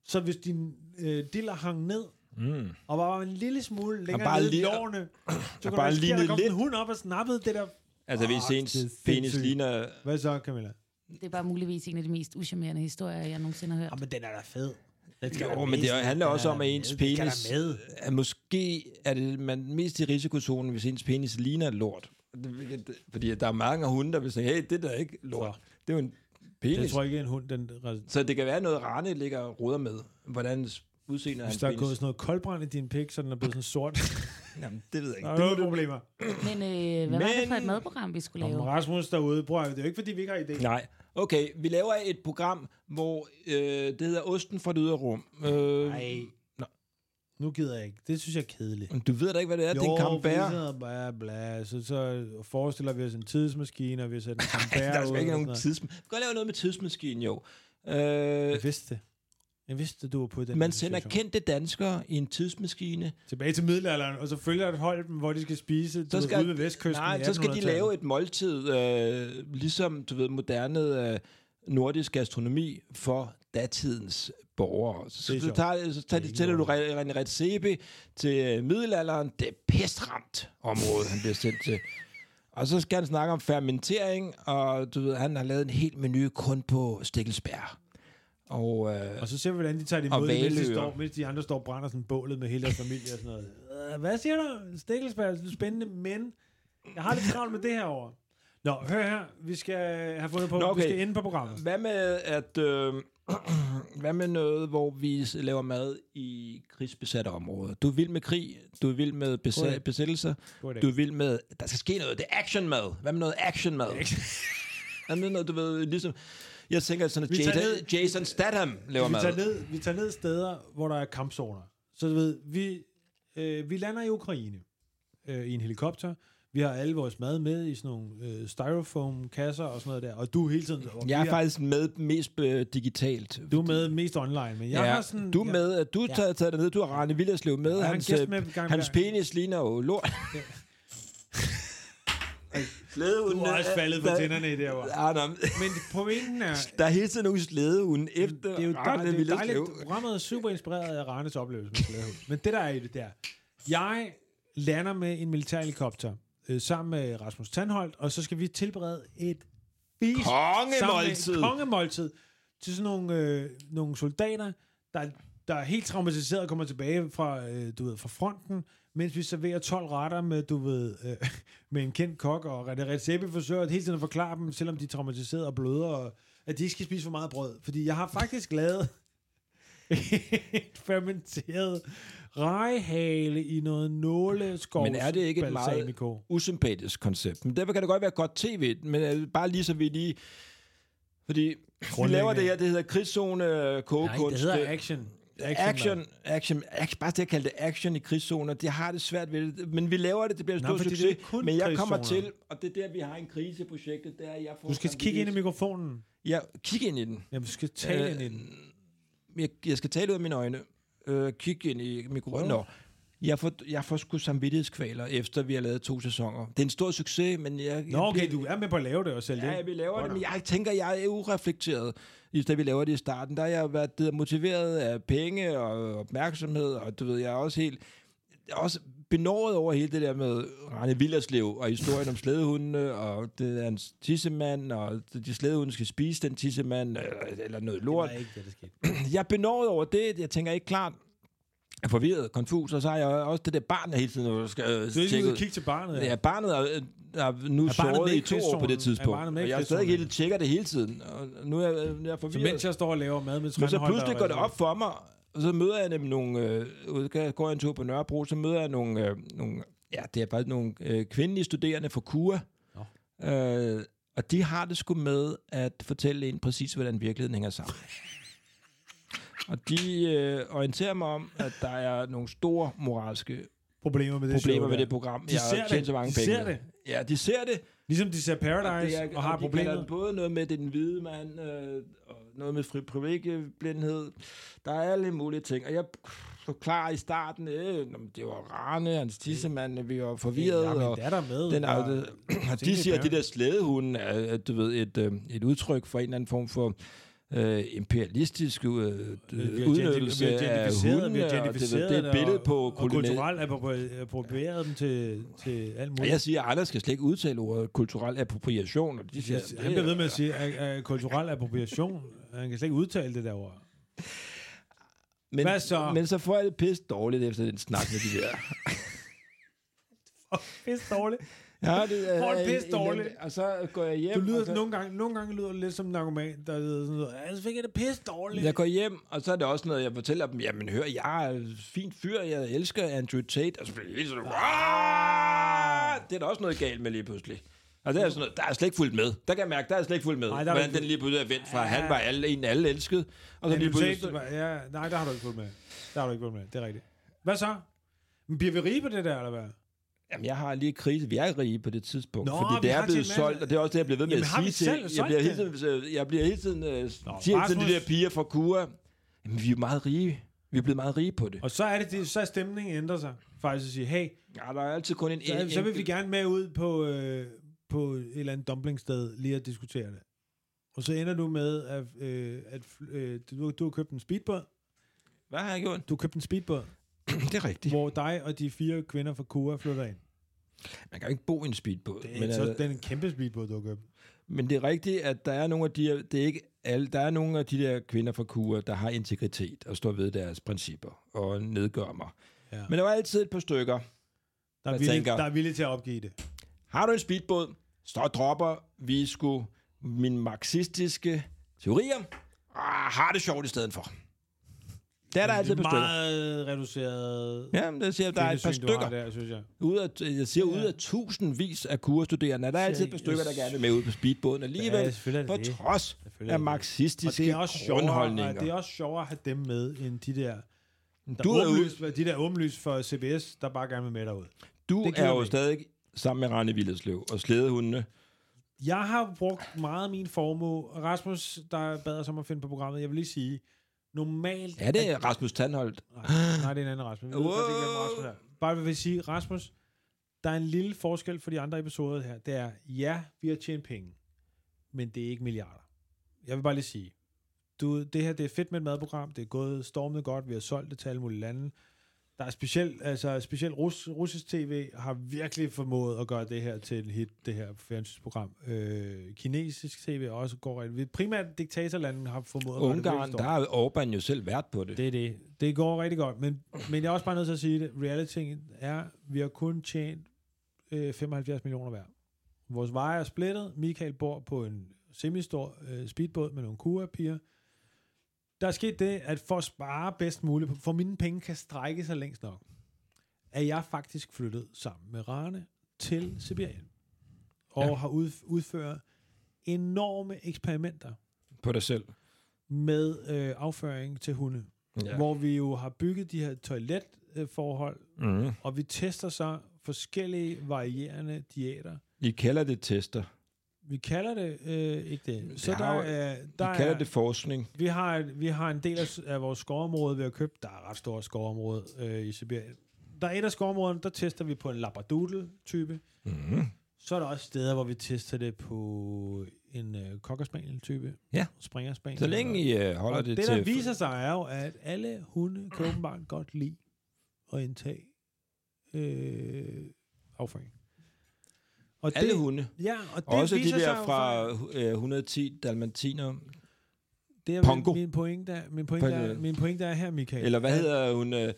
S2: Så hvis din øh, diller hang ned,
S1: Mm.
S2: og var en lille smule længere
S1: bare
S2: nede i
S1: lige-
S2: lårene, så kunne
S1: bare
S2: bare lige
S1: lignede
S2: der kom
S1: lidt.
S2: en hund op og snappede det der.
S1: Altså, hvis
S2: Åh,
S1: ens
S2: det er
S1: penis
S2: sindssygt.
S1: ligner...
S2: Hvad så, Camilla?
S3: Det er bare muligvis en af de mest uschammerende historier, jeg nogensinde har hørt.
S2: Jamen, den er da fed. Den
S1: Jo,
S2: da
S1: men det
S2: med.
S1: handler
S2: Den
S1: også
S2: er
S1: om,
S2: da
S1: at ens
S2: med. Den skal
S1: penis-
S2: da med.
S1: At måske er det man mest i risikozonen, hvis ens penis ligner lort. Det- det- Fordi der er mange hunde, der vil sige, hey, det der er ikke lort.
S2: Så.
S1: Det er jo en
S2: Jeg
S1: penis.
S2: tror ikke, en hund, den
S1: Så det kan være noget, Rane ligger og ruder med, hvordan udseendet er
S2: Hvis
S1: hans
S2: der er
S1: penis.
S2: gået sådan noget koldbrand i din pik, så den er blevet sådan sort.
S1: Jamen, det ved jeg
S2: Der
S1: ikke.
S2: er nogle problemer.
S3: Men øh, hvad Men... var det for et
S1: Men-
S3: madprogram, vi skulle
S2: Nå, men
S3: lave?
S2: Rasmus derude, bror, det er jo ikke, fordi vi ikke har idé.
S1: Nej. Okay, vi laver et program, hvor øh, det hedder Osten fra det ydre rum. Øh,
S2: Nej.
S1: Nå.
S2: Nu gider jeg ikke. Det synes jeg er kedeligt.
S1: Du ved da ikke, hvad det er, det er en
S2: Jo, vi
S1: kampbær.
S2: sidder og bla, bla. Så, så forestiller vi os en tidsmaskine, og vi har sat en
S1: Ej,
S2: kampær ud.
S1: der skal ikke
S2: og
S1: nogen
S2: sådan
S1: tidsmaskine. Vi kan godt lave noget med tidsmaskinen, jo.
S2: noget.
S1: Øh,
S2: Jeg vidste det. Jeg vidste, du var på den
S1: man
S2: her
S1: sender
S2: situation.
S1: kendte danskere i en tidsmaskine.
S2: Tilbage til middelalderen, og så følger et hold dem, hvor de skal spise du
S1: Så
S2: ved,
S1: skal-
S2: ude ved vestkysten
S1: Nej,
S2: i
S1: så skal de
S2: 1800-tallet.
S1: lave et måltid, øh, ligesom, du ved, moderne øh, nordisk gastronomi for datidens borgere. Så,
S2: Det er
S1: så,
S2: sjovt.
S1: tager, så tager de,
S2: ikke
S1: tæller du
S2: noget.
S1: René René Redzepi til øh, middelalderen. Det er pestramt område, han bliver sendt til. Og så skal han snakke om fermentering, og du ved, han har lavet en hel menu kun på stikkelsbær. Og øh,
S2: Og så ser vi, hvordan de tager det
S1: Og
S2: imod, mens de,
S1: hvaløer.
S2: står, mens de andre står og brænder sådan bålet med hele deres familie og sådan noget. Øh, Hvad siger du? Stikkelsberg, det er spændende, men jeg har lidt travlt med det her over. Nå, hør her, vi skal have fundet på, Nå,
S1: Nå,
S2: okay.
S1: okay.
S2: vi skal ende på programmet.
S1: Hvad med at øh, hvad med noget, hvor vi s- laver mad i krigsbesatte områder? Du er vild med krig, du er vild med
S2: God
S1: besa-
S2: idé.
S1: besættelser,
S2: God idé.
S1: du er vild med, der skal ske noget, det er action mad. Hvad med noget action mad? Hvad med noget, du ved, ligesom, jeg tænker sådan,
S2: Vi
S1: at
S2: tager
S1: Jada,
S2: ned-
S1: Jason Statham laver
S2: vi, tager
S1: mad.
S2: ned, vi tager ned steder, hvor der er kampzoner. Så du ved, vi, øh, vi lander i Ukraine øh, i en helikopter. Vi har alle vores mad med i sådan nogle øh, styrofoam-kasser og sådan noget der. Og du er hele tiden... og
S1: Jeg
S2: vi
S1: er faktisk med mest øh, digitalt.
S2: Du er med mest online, men jeg
S1: ja,
S2: har sådan...
S1: du er
S2: jeg-
S1: med, at du
S2: Ja.
S1: ja. tager, tager det ned, du har Rane Villerslev med,
S2: Jeg har en
S1: hans,
S2: gæst
S1: øh,
S2: med en gang
S1: hans
S2: hver.
S1: penis ligner jo lort.
S2: Du er også faldet på tænderne i det her, hvor.
S1: Ja, nå, men-
S2: Men pointen er,
S1: Der er hele tiden nogle slædehunde efter
S2: det er jo
S1: Arne
S2: dejligt, det er jo
S1: Willerslev.
S2: dejligt. Programmet er super inspireret af Randes oplevelse med slædehund. Men det der er i det der, jeg lander med en militærhelikopter øh, sammen med Rasmus Tandholt, og så skal vi tilberede et fis
S1: Kongemåltid.
S2: sammen med- kongemåltid til sådan nogle, øh, nogle soldater, der, der er helt traumatiseret og kommer tilbage fra, øh, du ved, fra fronten, mens vi serverer 12 retter med, du ved, øh, med en kendt kok, og René Redzepi forsøger at hele tiden at forklare dem, selvom de er traumatiseret og bløder, og at de ikke skal spise for meget brød. Fordi jeg har faktisk lavet et fermenteret rejhale i noget nåleskov.
S1: Men er det ikke et meget-
S2: balsamico?
S1: Usympatisk koncept. Men derfor kan det godt være godt tv, men øh, bare lige så vi lige... Fordi vi laver det her, det hedder krigszone øh, kogekunst.
S2: Nej, det hedder action.
S1: Action, action, action, action, bare det at kalde det action i krigszoner, det har det svært ved det. Men vi laver det, det bliver en
S2: Nå,
S1: stor
S2: fordi det er
S1: succes.
S2: ikke kun
S1: Men jeg kommer
S2: krigszoner.
S1: til, og det er der, vi har en krise i projektet, det er, at jeg får...
S2: Du skal kigge ind i mikrofonen.
S1: Ja, kig ind i den.
S2: Jamen, du skal tale
S1: Øh,
S2: ind i den.
S1: Jeg, jeg skal tale ud af mine øjne. Øh, kig ind i mikrofonen. Nå. Jeg får, jeg får sgu samvittighedskvaler, efter vi har lavet to sæsoner. Det er en stor succes, men jeg...
S2: Nå,
S1: jeg
S2: okay, du er med på at lave det og sælge
S1: Ja,
S2: det.
S1: vi laver det, men jeg tænker, jeg er ureflekteret, i da vi laver det i starten. Der har jeg været øh, motiveret af penge og opmærksomhed, og du ved, jeg er også helt jeg er også benåret over hele det der med Rane Villerslev og historien om slædehundene, og det er hans tissemand, og de slædehunde skal spise den tissemand, eller, eller noget lort.
S2: ikke det, der skete.
S1: Jeg er benåret over det, jeg tænker ikke klart, jeg er forvirret, konfus, og så har jeg også det der barn, der hele tiden øh, skal øh,
S2: Du er ikke
S1: tjekke
S2: ude
S1: ud.
S2: at kigge til barnet.
S1: Ja, barnet er, øh, er nu er såret
S2: med
S1: i
S2: i
S1: to år på det
S2: krigszonen? Er
S1: tidspunkt.
S2: barnet
S1: Er
S2: med i
S1: og jeg er stadig
S2: krigszonen?
S1: hele, tjekker det hele tiden. Og nu er jeg, øh, jeg er
S2: Så
S1: forvirret.
S2: mens jeg står og altså laver mad med
S1: Men så
S2: Tranholm,
S1: pludselig går det op for mig, og så møder jeg nemlig nogle... Øh, ud- går jeg- går jeg en tur på Nørrebro, så møder jeg nogle... Øh, nogle ja, det er bare nogle øh, kvindelige studerende fra KUA. Øh, og de har det sgu med at fortælle en præcis, hvordan virkeligheden hænger sammen. Og de øh, orienterer mig om, at der er nogle store moralske
S2: Problemer med det
S1: problemer
S2: show
S1: med
S2: der.
S1: det program.
S2: De
S1: jeg har
S2: ser
S1: tjent
S2: det.
S1: Så mange
S2: De
S1: penge.
S2: ser det.
S1: Ja, de ser det.
S2: Ligesom de ser Paradise og,
S1: det er-
S2: har
S1: de
S2: problemer.
S1: kalder både noget med det er den hvide mand, øh, og noget med fri privilegieblindhed. Der er alle mulige ting. Og jeg forklarer i starten, øh, nå, men det var Rane, hans tissemand, vi var forvirret.
S2: Ja,
S1: og
S2: min datter med.
S1: den er,
S2: og-
S1: og, og de
S2: Tænker
S1: siger, at det
S2: Paradise.
S1: der slædehunde er øh, du ved, et, øh, et udtryk for en eller anden form for øh, imperialistisk øh,
S2: Vi
S1: øh,
S2: har genti- vi
S1: udnyttelse
S2: har
S1: af
S2: gentrificeret-
S1: hunde.
S2: vi har
S1: og det, ved,
S2: gentrificeret
S1: det er et billede
S2: og-
S1: på
S2: Og
S1: kolonial,
S2: kulturelt appro- approprieret dem til, til
S1: Og
S2: alt muligt.
S1: jeg siger, at Anders skal slet ikke udtale ordet kulturel appropriation. Og de siger,
S2: Jeg,
S1: det
S2: han bliver
S1: er-
S2: ved med at sige, at, at kulturel appropriation, han kan slet ikke udtale det der ord.
S1: men,
S2: Hvad så?
S1: men så får jeg det pisse dårligt efter den snak med de der.
S2: Pisse dårligt.
S1: ja, det
S2: Får det pisse dårligt.
S1: Og så går jeg hjem.
S2: Du lyder
S1: og så,
S2: nogle gange, nogle gange lyder du lidt som en narkoman, der lyder sådan noget, altså fik jeg det pisse dårligt.
S1: jeg går hjem, og så er det også noget, jeg fortæller dem, jamen hør, jeg er en fin fyr, jeg elsker Andrew Tate, og så bliver de hele sådan, "Wah!" det er der også noget galt med lige pludselig. Og det er sådan noget, der er jeg slet ikke fuldt med. Der kan jeg mærke, der er jeg slet ikke fuldt med.
S2: Nej,
S1: Ej,
S2: der er
S1: hvordan
S2: du ikke-
S1: den lige pludselig er vendt fra, at han var alle, en alle elskede. Og så
S2: Men
S1: lige
S2: du
S1: pludselig...
S2: sagde, du var- ja, nej, der har du ikke fået med. Der har du ikke fået med, det er rigtigt. Hvad så? Men Bliver vi rige på det der, eller hvad?
S1: Jamen, jeg har lige krise. Vi er rige på det tidspunkt,
S2: Nå,
S1: Nå, fordi
S2: vi
S1: det
S2: har
S1: er
S2: til
S1: blevet
S2: en masse-
S1: solgt, og det er også det, jeg bliver ved med
S2: Jamen, har
S1: at
S2: vi
S1: sige
S2: selv
S1: til. Jeg
S2: solgt
S1: bliver, hele
S2: det?
S1: tiden, øh, jeg bliver hele tiden, øh, siger til de
S2: Rasmus.
S1: der piger fra Kura, jamen, vi er jo meget rige. Vi er blevet meget rige på det.
S2: Og så er det, det så er stemningen ændrer sig. Faktisk at sige, hey,
S1: Ja, der er altid kun en... en
S2: så, så vil vi
S1: enkelt-
S2: gerne med ud på, øh, på et eller andet dumplingsted lige at diskutere det. Og så ender du med, at, øh, at øh, du, du har købt en speedbåd.
S1: Hvad har jeg gjort?
S2: Du har købt en speedbåd,
S1: det er rigtigt.
S2: hvor dig og de fire kvinder fra Kura flytter ind.
S1: Man kan jo ikke bo i en speedbåd.
S2: Det er,
S1: men,
S2: men, så,
S1: altså,
S2: den er en kæmpe speedbåd, du har købt.
S1: men det er rigtigt, at der er nogle af de... her- Det er ikke alle, der er nogle af de der kvinder fra Kura, der har integritet og står ved deres principper og nedgør mig.
S2: Ja.
S1: Men der var altid et par stykker,
S2: Der er,
S1: Hvad
S2: villige,
S1: tænker-
S2: der er villige til at opgive det.
S1: Har du en speedbåd, så dropper vi sgu mine marxistiske teorier. Ah, har det sjovt i stedet for. Det er der altid
S2: det
S1: på
S2: er
S1: stykker.
S2: meget reduceret...
S1: Jamen, der siger, der er et par
S2: kvindesyn, du har
S1: stykker.
S2: Der, synes jeg.
S1: Ud af, jeg siger, ud
S2: Ja.
S1: af tusindvis af kurstuderende, der er altid et par
S2: Seriøst.
S1: stykker, der gerne vil med ud på speedbåden
S2: Ja,
S1: alligevel.
S2: selvfølgelig er
S1: På
S2: det det.
S1: trods
S2: Selvfølgelig
S1: af
S2: er det det. Og
S1: marxistiske
S2: det er, også sjovere, og det er
S1: grundholdninger.
S2: også sjovere at have dem med, end de der, der
S1: Du er, ude,
S2: åbenlyst, de der åbenlyst for CBS, der bare gerne vil med derud.
S1: du
S2: det gider
S1: er
S2: vi
S1: jo
S2: ikke.
S1: stadig sammen med Rane Villerslev og slædehundene.
S2: Jeg har brugt meget af min formue. Rasmus, der bad os om at finde på programmet, jeg vil lige sige, normalt...
S1: Er det Rasmus Tandholt?
S2: Nej, nej, det er en anden Rasmus. Jeg ved
S1: Wow.
S2: faktisk ikke, hvem Rasmus er. Bare vil sige, Rasmus, der er en lille forskel for de andre episoder her. Det er, ja, vi har tjent penge, men det er ikke milliarder. Jeg vil bare lige sige, du, det her det er fedt med et madprogram, det er gået stormende godt, vi har solgt det til alle mulige lande. Der er specielt, altså specielt Rus, russisk tv har virkelig formået at gøre det her til en hit, det her fjernsynsprogram. Øh, kinesisk tv også går rigtig vidt. Primært diktatorlandene har formået at gøre det virkelig
S1: Ungarn,
S2: stort.
S1: der har Orbán jo selv vært på det.
S2: Det er det. Det går rigtig godt, men, men jeg er også bare nødt til at sige det. Realityen er, at vi har kun tjent øh, 75 millioner hver. Vores veje er splittet. Michael bor på en semistor øh, speedbåd med nogle kurapiger. Der er sket det, at for at spare bedst muligt, for mine penge kan strække sig længst nok, er jeg faktisk flyttet sammen med Rane til Sibirien. Og
S1: Ja.
S2: ja. har udf- udført enorme eksperimenter
S1: På dig selv.
S2: med øh, afføring til hunde. Ja. Hvor vi jo har bygget de her toiletforhold,
S1: Mm.
S2: og vi tester så forskellige varierende diæter.
S1: I kalder det tester.
S2: Vi kalder det øh, ikke det. Så
S1: Det
S2: der,
S1: har jo-
S2: er,
S1: I
S2: der
S1: kalder
S2: er,
S1: det forskning.
S2: Vi har, vi har en del af, af vores skovområde, vi har købt. Der er ret store skovområde øh, i Sibirien. Der er et af skovområderne, der tester vi på en labradoodle-type.
S1: Mm.
S2: Så er der også steder, hvor vi tester det på en øh, cockerspaniel-type.
S1: Ja.
S2: Springerspaniel.
S1: Så længe I øh, holder
S2: og
S1: det,
S2: det, det,
S1: til...
S2: der viser sig, er jo, at alle hunde kan åbenbart godt lide at indtage øh, afføring. Og
S1: Alle
S2: det,
S1: hunde.
S2: Ja, og det
S1: Også de
S2: viser sig
S1: der
S2: jo
S1: fra
S2: faktisk-
S1: øh, 110 dalmatiner.
S2: Det er
S1: Pongo.
S2: min pointe, der, min pointe,
S1: Pongo.
S2: der, min pointe der er her, Michael.
S1: Eller hvad
S2: at-
S1: hedder hun... Øh,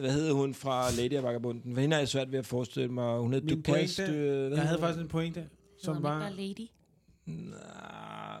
S1: hvad hedder hun fra Lady og Vagabunden? Hende har jeg svært ved at forestille mig. Hun hedder
S2: Min
S1: Duplast.
S2: pointe-
S1: Øh,
S2: Jeg havde faktisk en pointe, som var...
S3: bare lady.
S1: Må
S2: Må
S1: jeg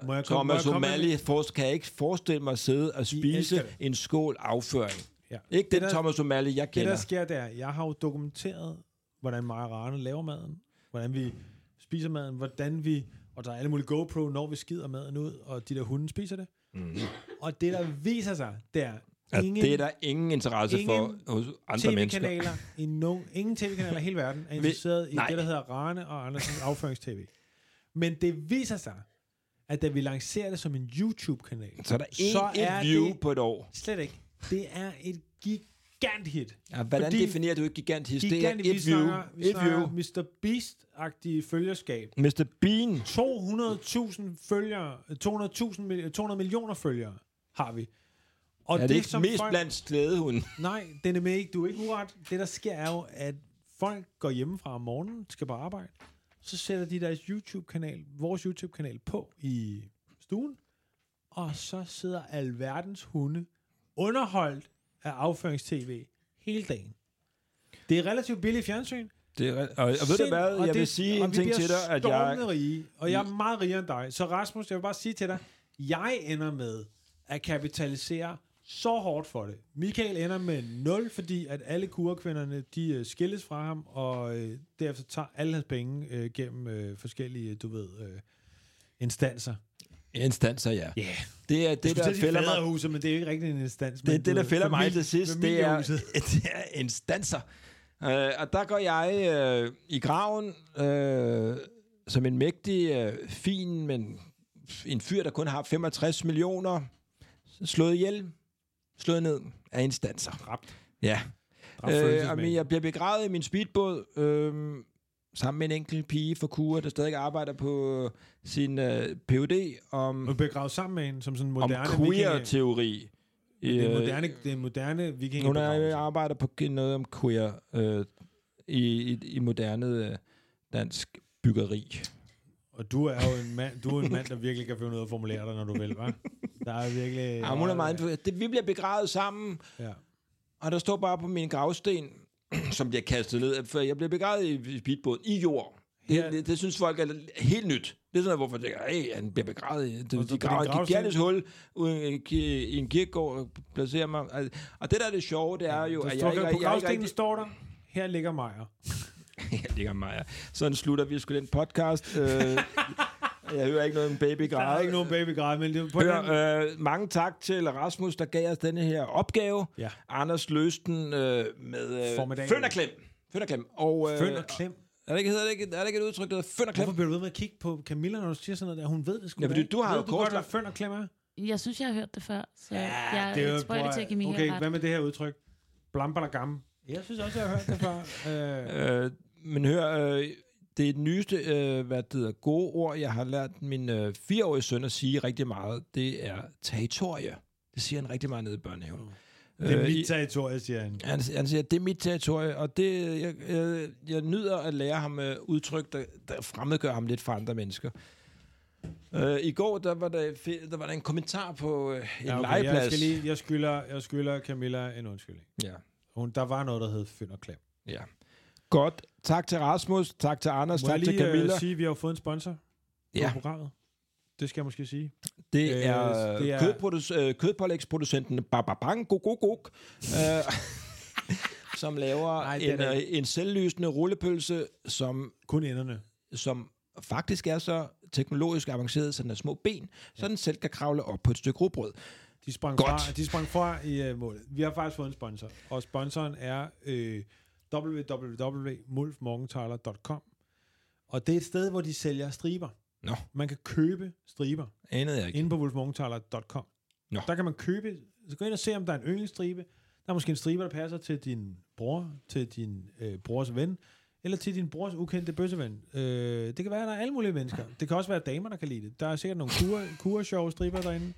S2: jeg komme-
S1: Ah, Thomas
S2: må jeg komme med-
S1: O'Malley forst, kan jeg ikke forestille mig at sidde og spise
S2: elsker det.
S1: en skål afføring.
S2: Ja.
S1: Ikke
S2: Det
S1: den
S2: der-
S1: Thomas O'Malley, jeg
S2: Det,
S1: kender.
S2: der sker der, jeg har jo dokumenteret, hvordan mig og Rane laver maden, hvordan vi spiser maden, hvordan vi... Og der er alle mulige GoPro, når vi skider maden ud, og de der hunde spiser det.
S1: Mm.
S2: Og det, der viser sig, der
S1: At
S2: ingen
S1: det er der ingen interesse
S2: ingen
S1: for hos andre mennesker.
S2: tv-kanaler i nogen, ingen tv-kanaler i hele verden er interesseret i
S1: nej.
S2: det, der hedder Rane og Andersens afføringstv. Men det viser sig, at da vi lancerer det som en YouTube-kanal,
S1: Så er der ikke
S2: Så
S1: et
S2: er
S1: view
S2: det-
S1: på et år.
S2: Slet ikke. Det er et gigant hit.
S1: Ja, hvordan
S2: Fordi-
S1: definerer du et gigant his? Det er
S2: Gigant,
S1: et
S2: vi
S1: view.
S2: snakker, vi
S1: et view.
S2: snakker Mr. Beast-agtige følgerskab.
S1: Mr. Bean.
S2: 200.000 følgere, 200.000, mil- 200 millioner følgere har vi. Og
S1: er det, ikke mest blandt slædehunden?
S2: Nej, den er med ikke. Du er ikke uret. Det, der sker, er jo, at folk går hjemmefra om morgenen, skal på arbejde, så sætter de deres YouTube-kanal, vores YouTube-kanal på i stuen, og så sidder alverdens hunde underholdt af afføringstv hele dagen. Det er relativt billigt fjernsyn.
S1: Det er, re- og, og ved du
S2: Sind-
S1: hvad,
S2: og
S1: jeg
S2: det-
S1: vil sige
S2: og
S1: en
S2: vi
S1: ting
S2: bliver
S1: til dig, at jeg... Mm.
S2: stormende Rige, og jeg er meget rigere end dig. Så Rasmus, jeg vil bare sige til dig, jeg ender med at kapitalisere så hårdt for det. Michael ender med 0, fordi at alle kurekvinderne, de øh, skilles fra ham, og øh, derefter tager alle hans penge øh, gennem øh, forskellige, du ved, øh, instanser.
S1: Instanser, ja.
S2: Ja, yeah.
S1: Det er det,
S2: det,
S1: der fælder mig.
S2: faderhuset, men det er jo ikke rigtig en instans.
S1: Det,
S2: men
S1: det,
S2: du
S1: der
S2: ved,
S1: fælder mig
S2: familie-
S1: til sidst, det er,
S2: familiehuset.
S1: det er instanser. Øh, og der går jeg øh, i graven øh, som en mægtig, øh, fin, men f- en fyr, der kun har 65 millioner, slået ihjel, slået ned af instanser.
S2: Dræbt.
S1: Ja.
S2: Dræbt
S1: Øh, og men
S2: følelsesmæssigt.
S1: jeg bliver begravet i min speedbåd, øh, sammen med en enkelt pige fra Kure, der stadig arbejder på sin øh, PhD om,
S2: Og begravet sammen med en, som sådan en
S1: om
S2: moderne vikinge-
S1: queer-teori.
S2: Det er
S1: Øh,
S2: moderne, det er moderne vikinger.
S1: Hun er, arbejder på gen- noget om queer øh, i, i, i moderne øh, dansk byggeri. øh,
S2: Og du er jo en mand, du er en mand, der virkelig kan finde ud af at formulere dig, når du vil, hva'? Der er virkelig...
S1: Ja, hun er meget influ- det, Vi bliver begravet sammen,
S2: Ja.
S1: og der står bare på min gravsten, som bliver kastet ned, for jeg bliver begravet i i speedbåden, i jord. Det,
S2: Ja.
S1: det, det, synes folk er helt nyt. Det er sådan, noget, hvorfor jeg tænker, hey, han bliver begravet i
S2: Og
S1: det,
S2: så
S1: de
S2: på
S1: graver
S2: din
S1: et
S2: gravsten?
S1: gigantisk hul uden, i, en ki- i en kirkegård og placerer mig. Altså, Og det, der er det sjove, det er jo,
S2: Der
S1: at
S2: står,
S1: jeg ikke, jeg,
S2: jeg, på
S1: jeg ikke
S2: gravstenen
S1: rigtig
S2: står der, her ligger Majer.
S1: Jeg ligger mig. Sådan slutter vi sgu den podcast. Øh, jeg hører ikke noget om baby
S2: Der er
S1: græde.
S2: ikke nogen babygrad, men det er på en anden...
S1: Hør, øh, mange tak til Rasmus, der gav os denne her opgave.
S2: Ja.
S1: Anders løsten øh, med øh,
S2: Formidabel.
S1: Fønderklem. Fønderklem. Og, øh,
S2: Føn og klem.
S1: Er det, ikke, hedder det ikke, er det ikke et udtryk, der hedder Fønderklem?
S2: Hvorfor bliver du ved med at kigge på Camilla, når du siger sådan noget der? Hun ved det sgu
S1: Ja, fordi
S2: da.
S1: du har
S2: ved
S1: jo
S2: du godt, hvad
S1: korslagt-
S2: føn og klem er?
S3: Jeg synes, jeg har hørt det før, så jeg
S2: det er jo-
S3: tror, det til at give Michael
S2: Okay,
S3: ret.
S2: hvad med det her udtryk? Blamper der gamme. Jeg synes også, jeg har hørt det før. Øh,
S1: Øh, men hør, øh, det er det nyeste, øh, hvad det hedder, gode ord, jeg har lært min øh, fireårige søn at sige rigtig meget. Det er territorie. Det siger han rigtig meget nede i børnehaven.
S2: det er
S1: Øh, i-
S2: mit territorie, siger han.
S1: Han, han siger, det er mit territorie, og det, jeg, jeg, jeg nyder at lære ham øh, udtryk, der, der fremmedgør ham lidt fra andre mennesker. Øh, I går, der var der, fe- der var der en kommentar på øh, en ja, okay, legeplads.
S2: Jeg, skal lige, jeg, skylder, jeg skylder Camilla en undskyldning.
S1: Ja,
S2: Hun, der var noget, der hed Fynd og Klem.
S1: ja. Godt. Tak til Rasmus, tak til Anders,
S2: Må jeg
S1: Altså, tak til
S2: lige
S1: Camilla.
S2: øh, sige, at vi har jo fået en sponsor
S1: Ja.
S2: på programmet? Det skal jeg måske sige.
S1: Det
S2: Øh,
S1: er,
S2: det
S1: øh,
S2: er-
S1: kødprodu- øh, kødpålægsproducenten Bababang Gogogok, øh, som laver
S2: Nej,
S1: Ej,
S2: den
S1: en,
S2: er-
S1: øh, en selvlysende rullepølse, som,
S2: Kun enderne.
S1: som faktisk er så teknologisk avanceret, så den er små ben, så den selv kan kravle op på et stykke rugbrød.
S2: De sprang,
S1: Godt.
S2: fra, de sprang fra i uh, målet. Vi har faktisk fået en sponsor, og sponsoren er øh, www.mulfmorgenthaler.com. Og det er et sted, hvor de sælger striber.
S1: Nå.
S2: Man kan købe striber
S1: Anede jeg ikke.
S2: inde på wolfmorgenthaler.com.
S1: Nå.
S2: Der kan man købe, så gå ind og se, om der er en yndlingsstribe. Der er måske en stribe, der passer til din bror, til din øh, brors ven, eller til din brors ukendte bøsseven. Øh, det kan være, at der er alle mulige mennesker. Det kan også være damer, der kan lide det. Der er sikkert nogle kur, kur sjove striber derinde.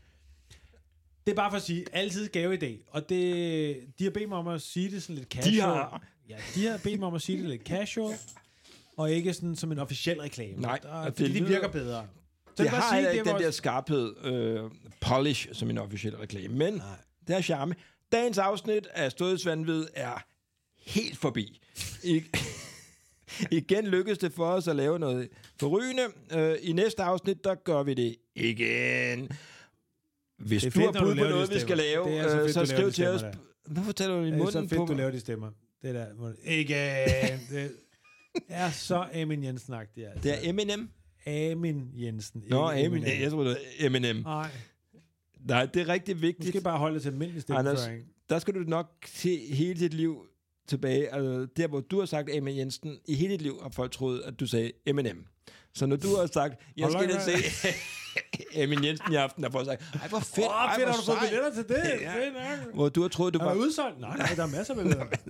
S2: Det er bare for at sige, altid gave i dag. Og det, de har bedt mig om at sige det sådan lidt casual.
S1: har-
S2: ja, de har bedt mig om at sige det lidt casual, og ikke sådan som en officiel reklame.
S1: Nej,
S2: der,
S1: det
S2: fordi det,
S1: lyder-
S2: det virker bedre. Så
S1: Det
S2: jeg vil bare
S1: har
S2: sige,
S1: heller
S2: det
S1: ikke
S2: er
S1: den
S2: vores-
S1: der skarphed, øh, polish, som en officiel reklame, men Nej. det er charme. Dagens afsnit af Stødets Vanvid er helt forbi. I, igen lykkedes det for os at lave noget forrygende. Øh, I næste afsnit, der gør vi det igen. Hvis
S2: Det er
S1: du
S2: fedt,
S1: har
S2: når
S1: bud på
S2: du laver
S1: noget,
S2: de
S1: vi skal
S2: stemmer.
S1: lave,
S2: Det er så
S1: øh,
S2: fedt,
S1: så
S2: du laver
S1: skriv
S2: de
S1: til os.
S2: stemmer der.
S1: Hvorfor taler du i
S2: Det er så
S1: munden
S2: fedt,
S1: på
S2: du
S1: mig?
S2: laver de stemmer. Det der, må- igen. Det er så Amin Jensen agtig altså.
S1: Det er M&M. Eminem.
S2: Amin Jensen. ikke M&M. Ah.
S1: Nå, Eminem.
S2: Eminem.
S1: Jeg tror, det er Eminem.
S2: Nej,
S1: Nej, det er rigtig
S2: du skal
S1: vigtigt.
S2: bare holde dig til almindelig
S1: Anders,
S2: stemmeføring.
S1: der skal du nok se hele dit liv tilbage, altså der, hvor du har sagt Amin Jensen, i hele dit liv har folk troet, at du sagde Eminem. Så når du har sagt, jeg
S2: Hold
S1: skal
S2: da
S1: ind og se Amin Jensen i aften, har folk sagt, ej, hvor fedt,
S2: Åh,
S1: ej,
S2: fedt,
S1: hvor
S2: har du fået
S1: sejt."
S2: billetter til det?
S1: Ja.
S2: Fedt nok.
S1: Hvor du har troet, du
S2: Er der
S1: var...
S2: udsolgt? Nej, nej, der er masser af billeder.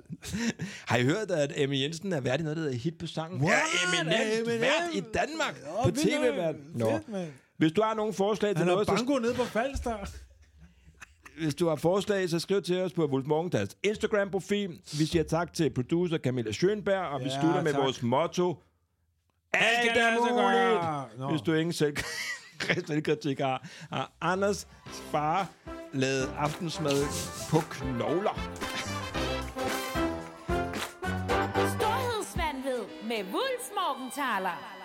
S1: Har I hørt, at Amin Jensen er vært i noget, der hedder Hit på sangen?
S2: What?
S1: Ja, Eminem,
S2: Eminem?
S1: vært i Danmark
S2: Åh,
S1: på
S2: vildt nok.
S1: tv-verden. Nå.
S2: Fedt, mand.
S1: Hvis du har nogle forslag til
S2: Han har
S1: noget, så
S2: banko nede på Falster.
S1: Hvis du har forslag, så skriv til os på Wolf Morgentals Instagram-profil. Vi siger tak til producer Camilla Schönberg, og vi
S2: Ja,
S1: slutter med
S2: tak.
S1: vores motto. Alt
S2: kan lade
S1: er
S2: sig gøre.
S1: muligt,
S2: Nå.
S1: hvis du ingen selv selvkritik har. Og Anders far lavede aftensmad på knogler.
S4: Storhedsvandved med Wulf Morgenthaler.